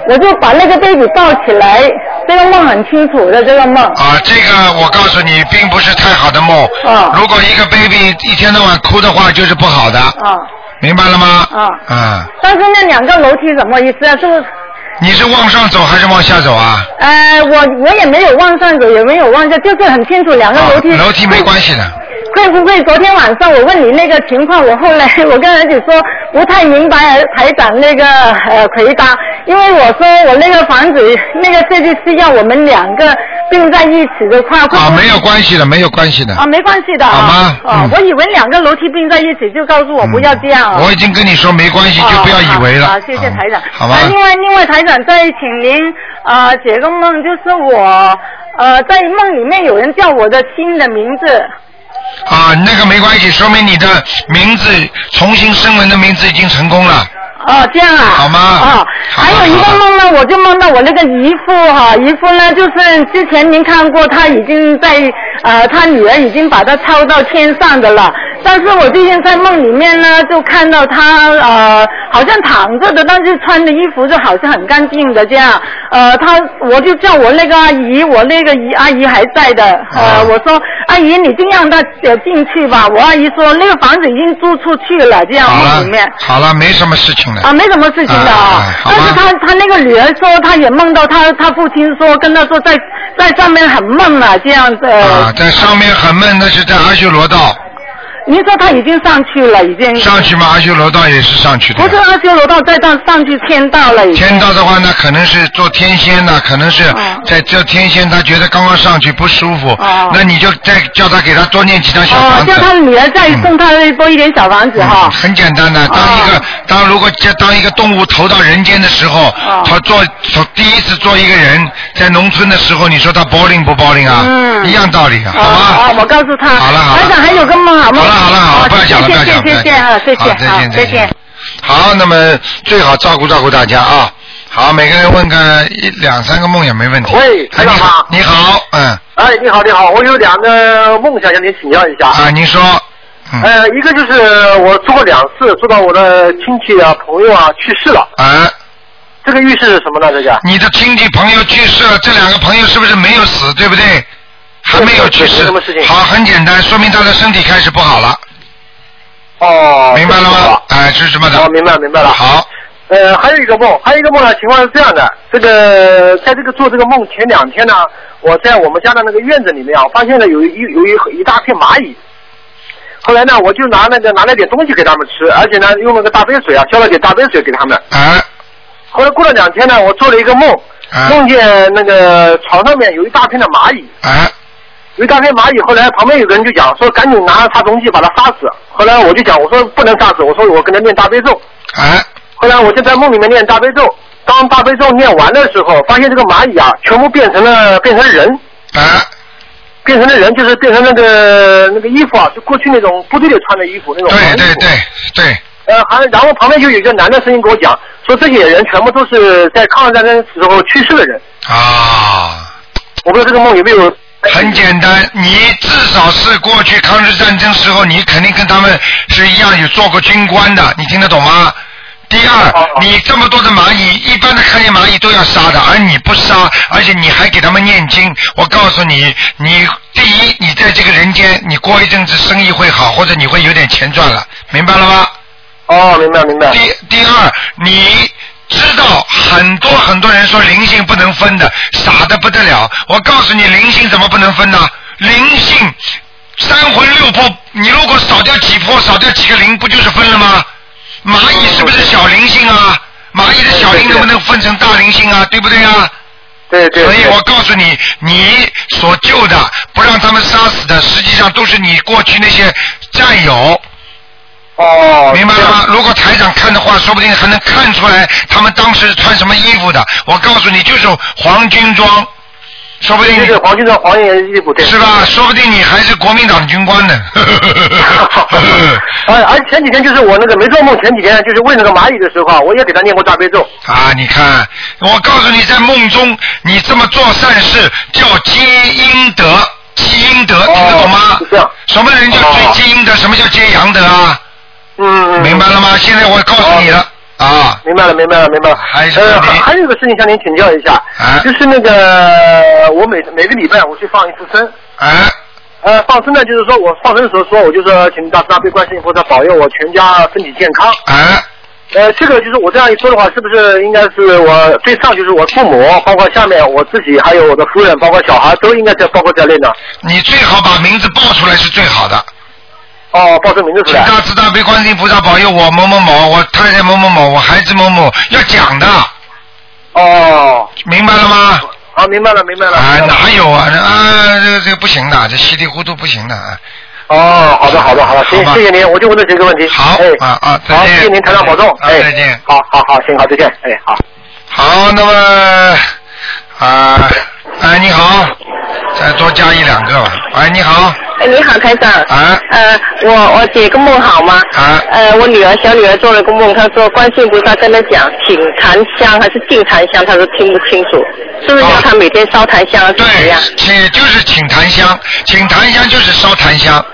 Speaker 7: 我就把那个 baby 抱起来，这个梦很清楚的这个梦。
Speaker 1: 啊，这个我告诉你，并不是太好的梦。
Speaker 7: 哦
Speaker 1: 如果一个 baby 一天到晚哭的话，就是不好的。
Speaker 7: 啊。
Speaker 1: 明白了吗？
Speaker 7: 啊。
Speaker 1: 啊，
Speaker 7: 但是那两个楼梯什么意思啊？就是
Speaker 1: 你是往上走还是往下走啊？
Speaker 7: 呃，我我也没有往上走，也没有往下，就是很清楚两个楼梯。
Speaker 1: 楼梯没关系的。啊
Speaker 7: 会不会昨天晚上我问你那个情况，我后来 我跟儿子说不太明白台长那个呃回答，因为我说我那个房子那个设计师要我们两个并在一起的话，会不会
Speaker 1: 啊，没有关系的，没有关系的。
Speaker 7: 啊，没关系的
Speaker 1: 好
Speaker 7: 啊
Speaker 1: 吗。
Speaker 7: 啊
Speaker 1: 嗯，
Speaker 7: 我以为两个楼梯并在一起，就告诉我不要这样啊。
Speaker 1: 我已经跟你说没关系，就不要以为了。嗯
Speaker 7: 啊，好谢谢台长。
Speaker 1: 好吧
Speaker 7: 那另外，另外台长再请您呃解个梦，就是我呃在梦里面有人叫我的新的名字。
Speaker 1: 啊，那个没关系，说明你的名字重新升文的名字已经成功了。
Speaker 7: 哦，这样啊。好
Speaker 1: 吗？
Speaker 7: 哦，还有一个梦呢，我就梦到我那个姨父哈、姨父呢，就是之前您看过，他已经在呃，他女儿已经把他抄到天上的了。但是我最近在梦里面呢，就看到他呃，好像躺着的，但是穿的衣服就好像很干净的这样。呃，他我就叫我那个阿姨，我那个姨阿姨还在的。
Speaker 1: 啊
Speaker 7: 呃，我说阿姨，你尽量让他进去吧。我阿姨说那个房子已经租出去了，这样
Speaker 1: 好
Speaker 7: 梦
Speaker 1: 了
Speaker 7: 里面。，
Speaker 1: 好了，没什么事情了。
Speaker 7: 啊，没什么事情
Speaker 1: 哎
Speaker 7: 的啊。但是他他那个女儿说，她也梦到她她父亲说跟她说在在上面很闷了这样子。
Speaker 1: 啊，在上面很闷，那是在阿修罗道。
Speaker 7: 您说他已经上去了，已经
Speaker 1: 上去吗？阿修罗道也是上去的
Speaker 7: 不。是阿修罗道，再上上去天道了已经。哦
Speaker 1: 天道的话呢，可能是做天仙的，可能是在做天仙，他觉得刚刚上去不舒服，那你就再叫他给他多念几张小
Speaker 7: 哦
Speaker 1: 房，子。
Speaker 7: 叫他女儿再送他多一点小房子哈。
Speaker 1: 很简单的，当一个、
Speaker 7: 哦
Speaker 1: 当如果这当一个动物投到人间的时候，
Speaker 7: 哦
Speaker 1: 他做从第一次做一个人，在农村的时候，你说他 boring 不 boring 啊？
Speaker 7: 嗯
Speaker 1: 一样道理啊，好吗？
Speaker 7: 啊，我告诉他。好了好了。台长还有个梦好吗？好了好了
Speaker 1: 好
Speaker 7: 好
Speaker 1: 不要讲了，不
Speaker 7: 谢
Speaker 1: 要讲了，
Speaker 7: 谢
Speaker 1: 不
Speaker 7: 谢谢
Speaker 1: 要
Speaker 7: 啊，谢谢
Speaker 1: 讲了好
Speaker 7: 好
Speaker 1: 再见，再见。好，那么最好照顾照顾大家啊。好，每个人问个一两三个梦也没问题。
Speaker 10: 喂台长吗
Speaker 1: 哎你好你好，嗯，
Speaker 10: 哎，你好，你好，我有两个梦想向您请教一下。
Speaker 1: 啊，您说。嗯
Speaker 10: 呃，一个就是我做过两次，做到我的亲戚啊、朋友啊去世了。
Speaker 1: 啊。
Speaker 10: 这个预示是什么呢？这叫
Speaker 1: 你的亲戚朋友去世了，这两个朋友是不是没有死，对不对？还没有去世。好，很简单，说明他的身体开始不好了。
Speaker 10: 哦，
Speaker 1: 明白了吗？哎，是什么的？
Speaker 10: 哦，明白明白了。
Speaker 1: 好。
Speaker 10: 呃，还有一个梦，还有一个梦啊呢，情况是这样的，这个在这个做这个梦前两天呢，我在我们家的那个院子里面啊，发现了有一有一一大片蚂蚁。后来呢，我就拿那个拿了点东西给他们吃，而且呢，用了个大杯水啊，浇了点大杯水给他们。
Speaker 1: 啊。
Speaker 10: 后来过了两天呢，我做了一个梦，梦见那个床上面有一大片的蚂蚁。
Speaker 1: 啊。
Speaker 10: 有一大片蚂蚁，后来旁边有个人就讲说，赶紧拿杀虫剂把它杀死。后来我就讲，我说不能杀死，我说我跟他念大悲咒。
Speaker 1: 啊。
Speaker 10: 后来我就在梦里面念大悲咒，当大悲咒念完的时候，发现这个蚂蚁啊，全部变成了变成人。
Speaker 1: 啊。
Speaker 10: 变成了人，就是变成那个那个衣服啊，就过去那种部队里穿的衣服那种。对对对
Speaker 1: 对。
Speaker 10: 呃，还然后旁边就有一个男的声音跟我讲，说这些人全部都是在抗日战争时候去世的人。
Speaker 1: 啊。
Speaker 10: 我不知道这个梦有没有。
Speaker 1: 很简单，你至少是过去抗日战争时候，你肯定跟他们是一
Speaker 10: 哦
Speaker 1: 样有做过军官的，你听得懂吗？第二，你这么多的蚂蚁，一般的看见些蚂蚁都要杀的，而你不杀，而且你还给他们念经。我告诉你，你第一，你在这个人间，你过一阵子生意会好，或者你会有点钱赚了，明白了吗？
Speaker 10: 哦，明白明白。
Speaker 1: 第第二，你知道很多很多人说灵性不能分的，傻的不得了。我告诉你，灵性怎么不能分呢？灵性三魂六魄，你如果少掉几魄，少掉几个零，不就是分了吗？蚂蚁是不是小灵性啊？蚂蚁的小灵能不能分成大灵性啊？对不对啊？
Speaker 10: 对对。
Speaker 1: 所以我告诉你，你所救的，不让他们杀死的，实际上都是你过去那些战友。
Speaker 10: 哦。
Speaker 1: 明白了吗？如果台长看的话，说不定还能看出来他们当时穿什么衣服的。我告诉你，就是黄军装，说不定
Speaker 10: 对对黄军装、黄军衣 服对。
Speaker 1: 是吧？说不定你还是国民党军官呢。
Speaker 10: 而啊而前几天就是我那个没做梦，前几天就是为那个蚂蚁的时候啊，我也给他念过大悲咒。
Speaker 1: 啊，你看，我告诉你，在梦中你这么做善事叫积阴德，积阴德，听得懂吗？什么人叫追积阴德？什么叫接阳德啊？
Speaker 10: 嗯，哦
Speaker 1: 明白了吗？现在我告诉你了啊。
Speaker 10: 明白了，明白了，明白了。
Speaker 1: 还是啊
Speaker 10: 呃，还还有一个事情向您请教一下，就是那个我每每个礼拜我去放一次生。
Speaker 1: 啊。
Speaker 10: 呃，放生呢，就是说我放生的时候说，我就说请大慈大悲观世音菩萨保佑我全家身体健康。
Speaker 1: 啊。
Speaker 10: 呃，这个就是我这样一说的话，是不是应该是我对上就是我父母，包括下面我自己，还有我的夫人，包括小孩，都应该在包括在内呢？
Speaker 1: 你最好把名字报出来是最好的。
Speaker 10: 哦，报出名字出来。
Speaker 1: 大慈大悲观世音菩萨保佑我某某某，我太太某某某，我孩子某某，要讲的。啊
Speaker 10: 哦。
Speaker 1: 明白了吗？
Speaker 10: 啊，明白了，明白了。
Speaker 1: 啊，哪有啊？啊，这这不行的，这稀里糊涂不行的啊。
Speaker 10: 哦，好的，好的，好的，行，
Speaker 1: 吧
Speaker 10: 谢谢您，我就问这几个问题。好，哎，
Speaker 1: 啊啊，再
Speaker 10: 好，
Speaker 1: 见
Speaker 10: 谢谢您，台长保重，
Speaker 1: 啊
Speaker 10: 哎，
Speaker 1: 再见。
Speaker 10: 好好好，行，好，再见，哎，好。
Speaker 1: 好，那么啊，哎，你好，再多加一两个吧。哎，你好，
Speaker 7: 哎，你好，台长。
Speaker 1: 啊。
Speaker 7: 呃，我我解个梦好吗？
Speaker 1: 啊。
Speaker 7: 呃，我女儿小女儿做了个梦，她说观世音菩萨跟她讲，请檀香还是敬檀香，她说听不清楚，
Speaker 1: 哦
Speaker 7: 是不是要她每天烧檀香？啊对。
Speaker 1: 哎，请就是请檀香，请檀香就是烧檀香，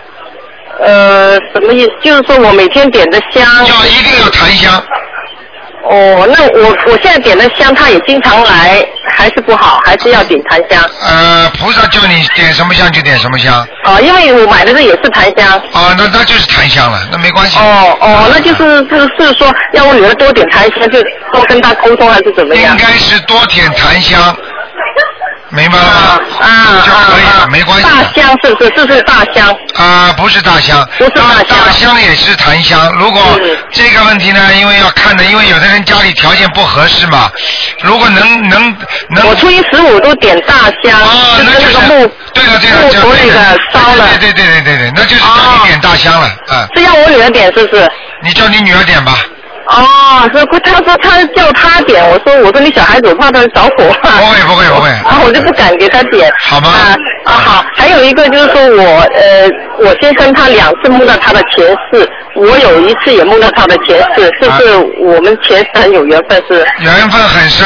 Speaker 7: 呃，什么意思？就是说我每天点的香。要
Speaker 1: 一定要檀香。
Speaker 7: 哦，那我我现在点的香，她也经常来，还是不好，还是要点檀香。
Speaker 1: 呃，菩萨叫你点什么香就点什么香。
Speaker 7: 哦，因为我买的这也是檀香。
Speaker 1: 啊，那那就是檀香了，那没关系。啊
Speaker 7: 哦哦，那就是就是是说要我女儿多点檀香，就多跟她沟通还是怎么样？
Speaker 1: 应该是多点檀香，明白了吗？
Speaker 7: 啊
Speaker 1: 就可以了，没关系。
Speaker 7: 大香是不是？这是大香。
Speaker 1: 啊，不是大香，不是大香，大香也是檀香。如果这个问题呢，因为要看的，因为有的人家里条件不合适嘛。如果能能能，
Speaker 7: 我初一十五都点大香，
Speaker 1: 啊，那就是木，对了对了，
Speaker 7: 木
Speaker 1: 这样
Speaker 7: 头里的烧了
Speaker 1: 对对对对对对，那就是叫你点大香了啊。
Speaker 7: 是要我女儿点是不是？
Speaker 1: 你叫你女儿点吧。
Speaker 7: 哦，是不，他说他叫他点，我说我说你小孩子我怕他着火。不
Speaker 1: 会不会不会。
Speaker 7: 啊，我就不敢给他点。
Speaker 1: 好吗？
Speaker 7: 啊啊好，还有一个就是说我呃，我先生他两次梦到他的前世，我有一次也梦到他的前世，是不
Speaker 1: 啊
Speaker 7: 是我们前世很有缘分是？
Speaker 1: 缘分很深。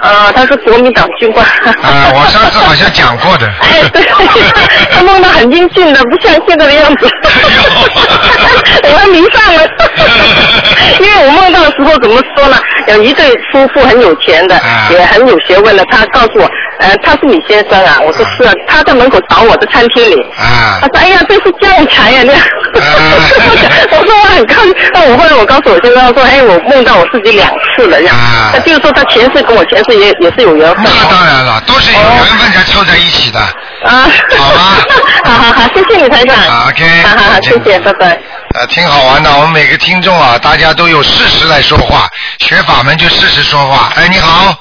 Speaker 7: 啊，他是国民党军官。
Speaker 1: 啊，我上次好像讲过的。
Speaker 7: 哎，对， 他梦到很英俊的，不像现在的样子。
Speaker 1: 哎
Speaker 7: 我还迷 上了，因为我梦到的时候怎么说呢？有一对夫妇很有钱的，
Speaker 1: 啊
Speaker 7: 也很有学问的，他告诉我，呃，他是你先生啊，我说是啊，他在门口找我，在餐厅里。
Speaker 1: 啊。
Speaker 7: 他说：“哎呀，啊这是教材呀、那。 我说我很高兴，那我后来我告诉我先生他说，哎，我梦到我自己两次了，这样。那就是说他前世跟我前世也也是有缘分。
Speaker 1: 啊那当然了，都是有缘分才凑在一起的。
Speaker 7: 啊，
Speaker 1: 好吧。
Speaker 7: 好好好，谢谢你台长。
Speaker 1: 啊，OK，
Speaker 7: 好好好，谢谢，拜拜。
Speaker 1: 呃，挺好玩的。我们每个听众啊，大家都有事实来说话，学法门就事实说话。哎，你好，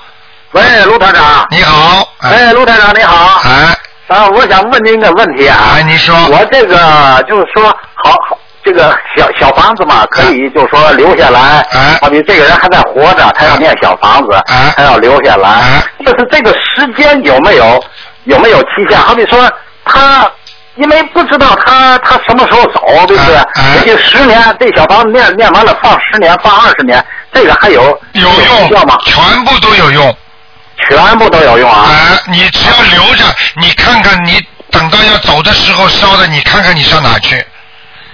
Speaker 13: 喂，卢台长。
Speaker 1: 你好。
Speaker 13: 哎，卢台长你好。
Speaker 1: 哎。
Speaker 13: 啊，我想问您个问题啊。哎，
Speaker 1: 您说。
Speaker 13: 我这个就是说，好，好这个小小房子
Speaker 1: 啊
Speaker 13: 嘛，可以就是说留下来。哎。好比这个人还在活着，他要念小房子，
Speaker 1: 啊
Speaker 13: 哎，他要留下来。就是这个时间有没有有没有期限？好比说他。因为不知道他他什么时候走，对不对？
Speaker 1: 啊
Speaker 13: 也就十年，这小房子念念完了，放十年，放二十年，这个还有有用吗？
Speaker 1: 全部都有用。
Speaker 13: 全部都有用啊！
Speaker 1: 啊，你只要留着，你看看你等到要走的时候烧的，你看看你上哪去。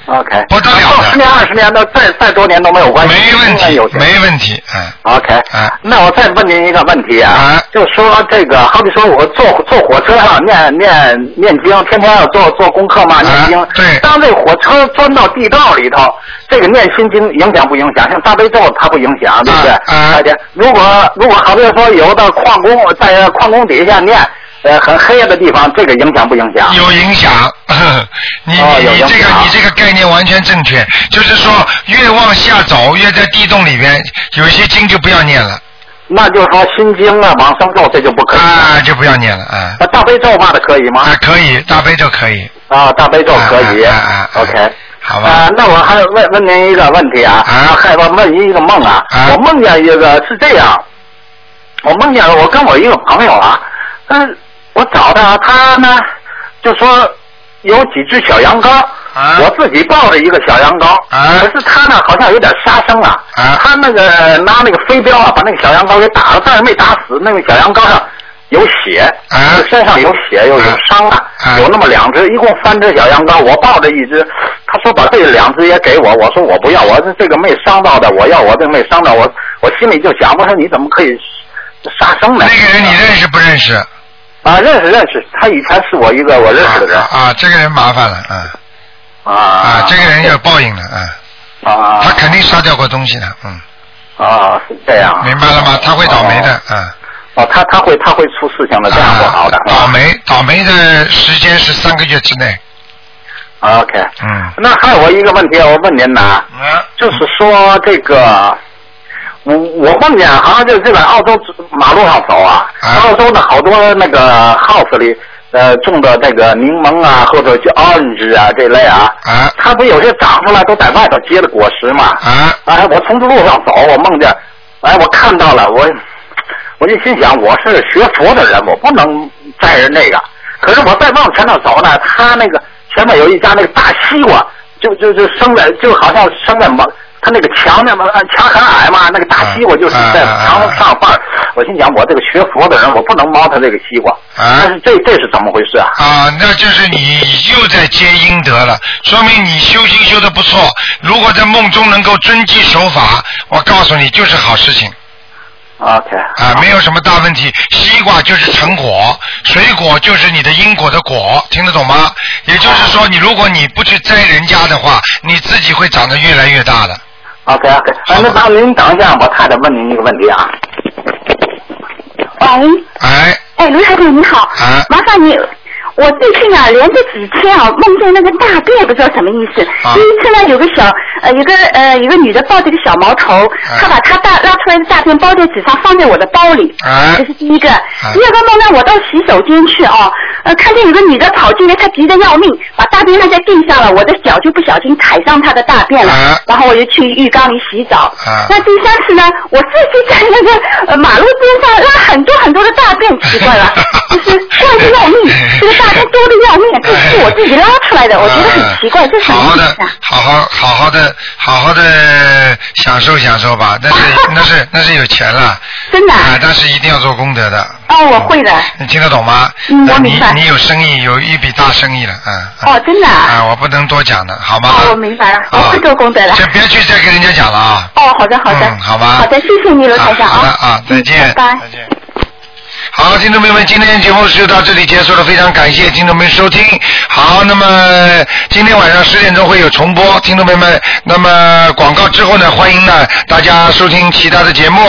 Speaker 10: OK，
Speaker 1: 不得
Speaker 13: 啊
Speaker 10: 了十年二十年的，再再多年都没有关系，没问题，有
Speaker 1: 没问题，嗯。
Speaker 10: OK，那我再问您一个问题啊，就说这个，好比说我坐坐火车上念念念经，天天要做做功课
Speaker 1: 啊
Speaker 10: 嘛，念经。对。当这火车钻到地道里头，这个念心经影响不影响？像大悲咒它不影响，
Speaker 1: 啊
Speaker 10: 对不对？而且如果如果好比说有的矿工在矿工底下念，呃，很黑暗的地方，这个影响不影响？
Speaker 1: 有影响。 你
Speaker 10: 哦
Speaker 1: 你
Speaker 10: 有
Speaker 1: 你
Speaker 10: 影
Speaker 1: 这个
Speaker 10: 响
Speaker 1: 你这个概念完全正确，就是说越往下走，越在地洞里边，有一些经就不要念了，
Speaker 10: 那就是说心经啊、往生咒这就不可以。
Speaker 1: 啊，就不要念了，啊。
Speaker 10: 那大悲咒骂的可以吗？
Speaker 1: 啊，可以，大悲咒可以。
Speaker 10: 啊，大悲咒可以。OK。
Speaker 1: 啊好
Speaker 10: 吧。啊，那我还问问您一个问题啊，啊，还问问您一个梦啊。我梦见一个是这样，我梦见我跟我一个朋友啊，嗯，我找他，他呢就说有几只小羊羔，我自己抱着一个小羊羔，可是他呢好像有点杀生啊，他那个拿那个飞镖啊把那个小羊羔给打了，但是没打死，那个小羊羔上有血，身上有血又有伤啊，有那么两只，一共三只小羊羔，我抱着一只，他说把这两只也给我，我说我不要，我是这个没伤到的，我要我这没伤到，我我心里就想，我说你怎么可以杀生呢？
Speaker 1: 那个人你认识不认识？
Speaker 10: 啊，认识认识，他以前是我一个我认识的人
Speaker 1: 啊，这个人麻烦了，嗯。
Speaker 10: 啊啊，
Speaker 1: 这个人有报应的，嗯。
Speaker 10: 啊。
Speaker 1: 他肯定杀掉过东西的，嗯。
Speaker 10: 啊，是这样。
Speaker 1: 明白了吗？他会倒霉的，嗯。啊
Speaker 10: 哦，他他会他会出事情的，这样不好的。
Speaker 1: 倒霉倒霉的时间是三个月之内，
Speaker 10: OK，
Speaker 1: 嗯，
Speaker 10: 那还有我一个问题，我问您呐，就是说这个，我我梦见好像就是在澳洲马路上走啊，澳洲的好多那个 house 里，呃，种的这个柠檬啊，或者就 orange 啊这类啊，
Speaker 1: 啊，
Speaker 10: 它不有些长出来都在外头结的果实嘛，
Speaker 1: 啊，
Speaker 10: 哎，我从这路上走，我梦见，哎，我看到了，我我就心想，我是学佛的人，我不能载人那个。可是我再往前头走呢，他那个前面有一家那个大西瓜，就就就生在，就好像生在门，他那个墙那么呃墙很矮嘛，那个大西瓜就是在墙上半儿。我心想，我这个学佛的人，我不能猫他这个西瓜。
Speaker 1: 啊。
Speaker 10: 但是这这是怎么回事啊？
Speaker 1: 啊，那就是你又在接阴德了，说明你修心修的不错。如果在梦中能够遵纪守法，我告诉你就是好事情。
Speaker 10: OK。
Speaker 1: 啊，没有什么大问题。西瓜就是成果，水果就是你的因果的果，听得懂吗？也就是
Speaker 7: 啊
Speaker 1: 说，你如果你不去摘人家的话，你自己会长得越来越大的。
Speaker 10: OK OK，哎，那大您等一下，我太太问您一个问题啊。
Speaker 7: 喂。
Speaker 1: 哎。
Speaker 7: 哎，卢小姐你好。
Speaker 1: 啊。
Speaker 7: 麻烦你，我最近啊，连着几天啊，梦见那个大便，不知道什么意思。
Speaker 1: 啊
Speaker 7: 第一次呢，有个小呃，有个呃，有个女的抱着个小毛头，她把她大拉出来的大便包在纸上，放在我的包里。
Speaker 1: 啊
Speaker 7: 这是第一个。第二个梦呢，我到洗手间去啊，呃，看见有个女的跑进来，她急得要命，把大便扔在地上了，我的脚就不小心踩上她的大便了，然后我就去浴缸里洗澡。
Speaker 1: 啊
Speaker 7: 那第三次呢，我自己在那个、呃、马路边上拉很多很多的大便，奇 怪了，就是怪得要命，这个大便多的要命，这是我自己拉出来的，我觉得很奇怪，这是什么意思啊？
Speaker 1: 哎啊好好好好的好好的享受享受吧，但是 那是那是有钱了，
Speaker 7: 真的
Speaker 1: 啊，但是一定要做功德的，
Speaker 7: 哦，我会的，
Speaker 1: 你听得懂吗？
Speaker 7: 嗯我
Speaker 1: 那
Speaker 7: 明白
Speaker 1: 你你有生意，有一笔大生意了，嗯。
Speaker 7: 哦，真的啊，
Speaker 1: 啊，我不能多讲的，好吗？
Speaker 7: 哦，我明白了，我会做功德了。
Speaker 1: 就别去再跟人家讲了啊。
Speaker 7: 哦，好的，好的，
Speaker 1: 嗯，好吧。
Speaker 7: 好的，谢谢你，罗台长
Speaker 1: 好的
Speaker 7: 啊。
Speaker 1: 啊，再见。
Speaker 7: 嗯拜拜
Speaker 1: 再见。好，听众朋友们，今天节目就到这里结束了，非常感谢听众们收听。好，那么今天晚上十点钟会有重播，听众朋友们，那么广告之后呢，欢迎呢大家收听其他的节目。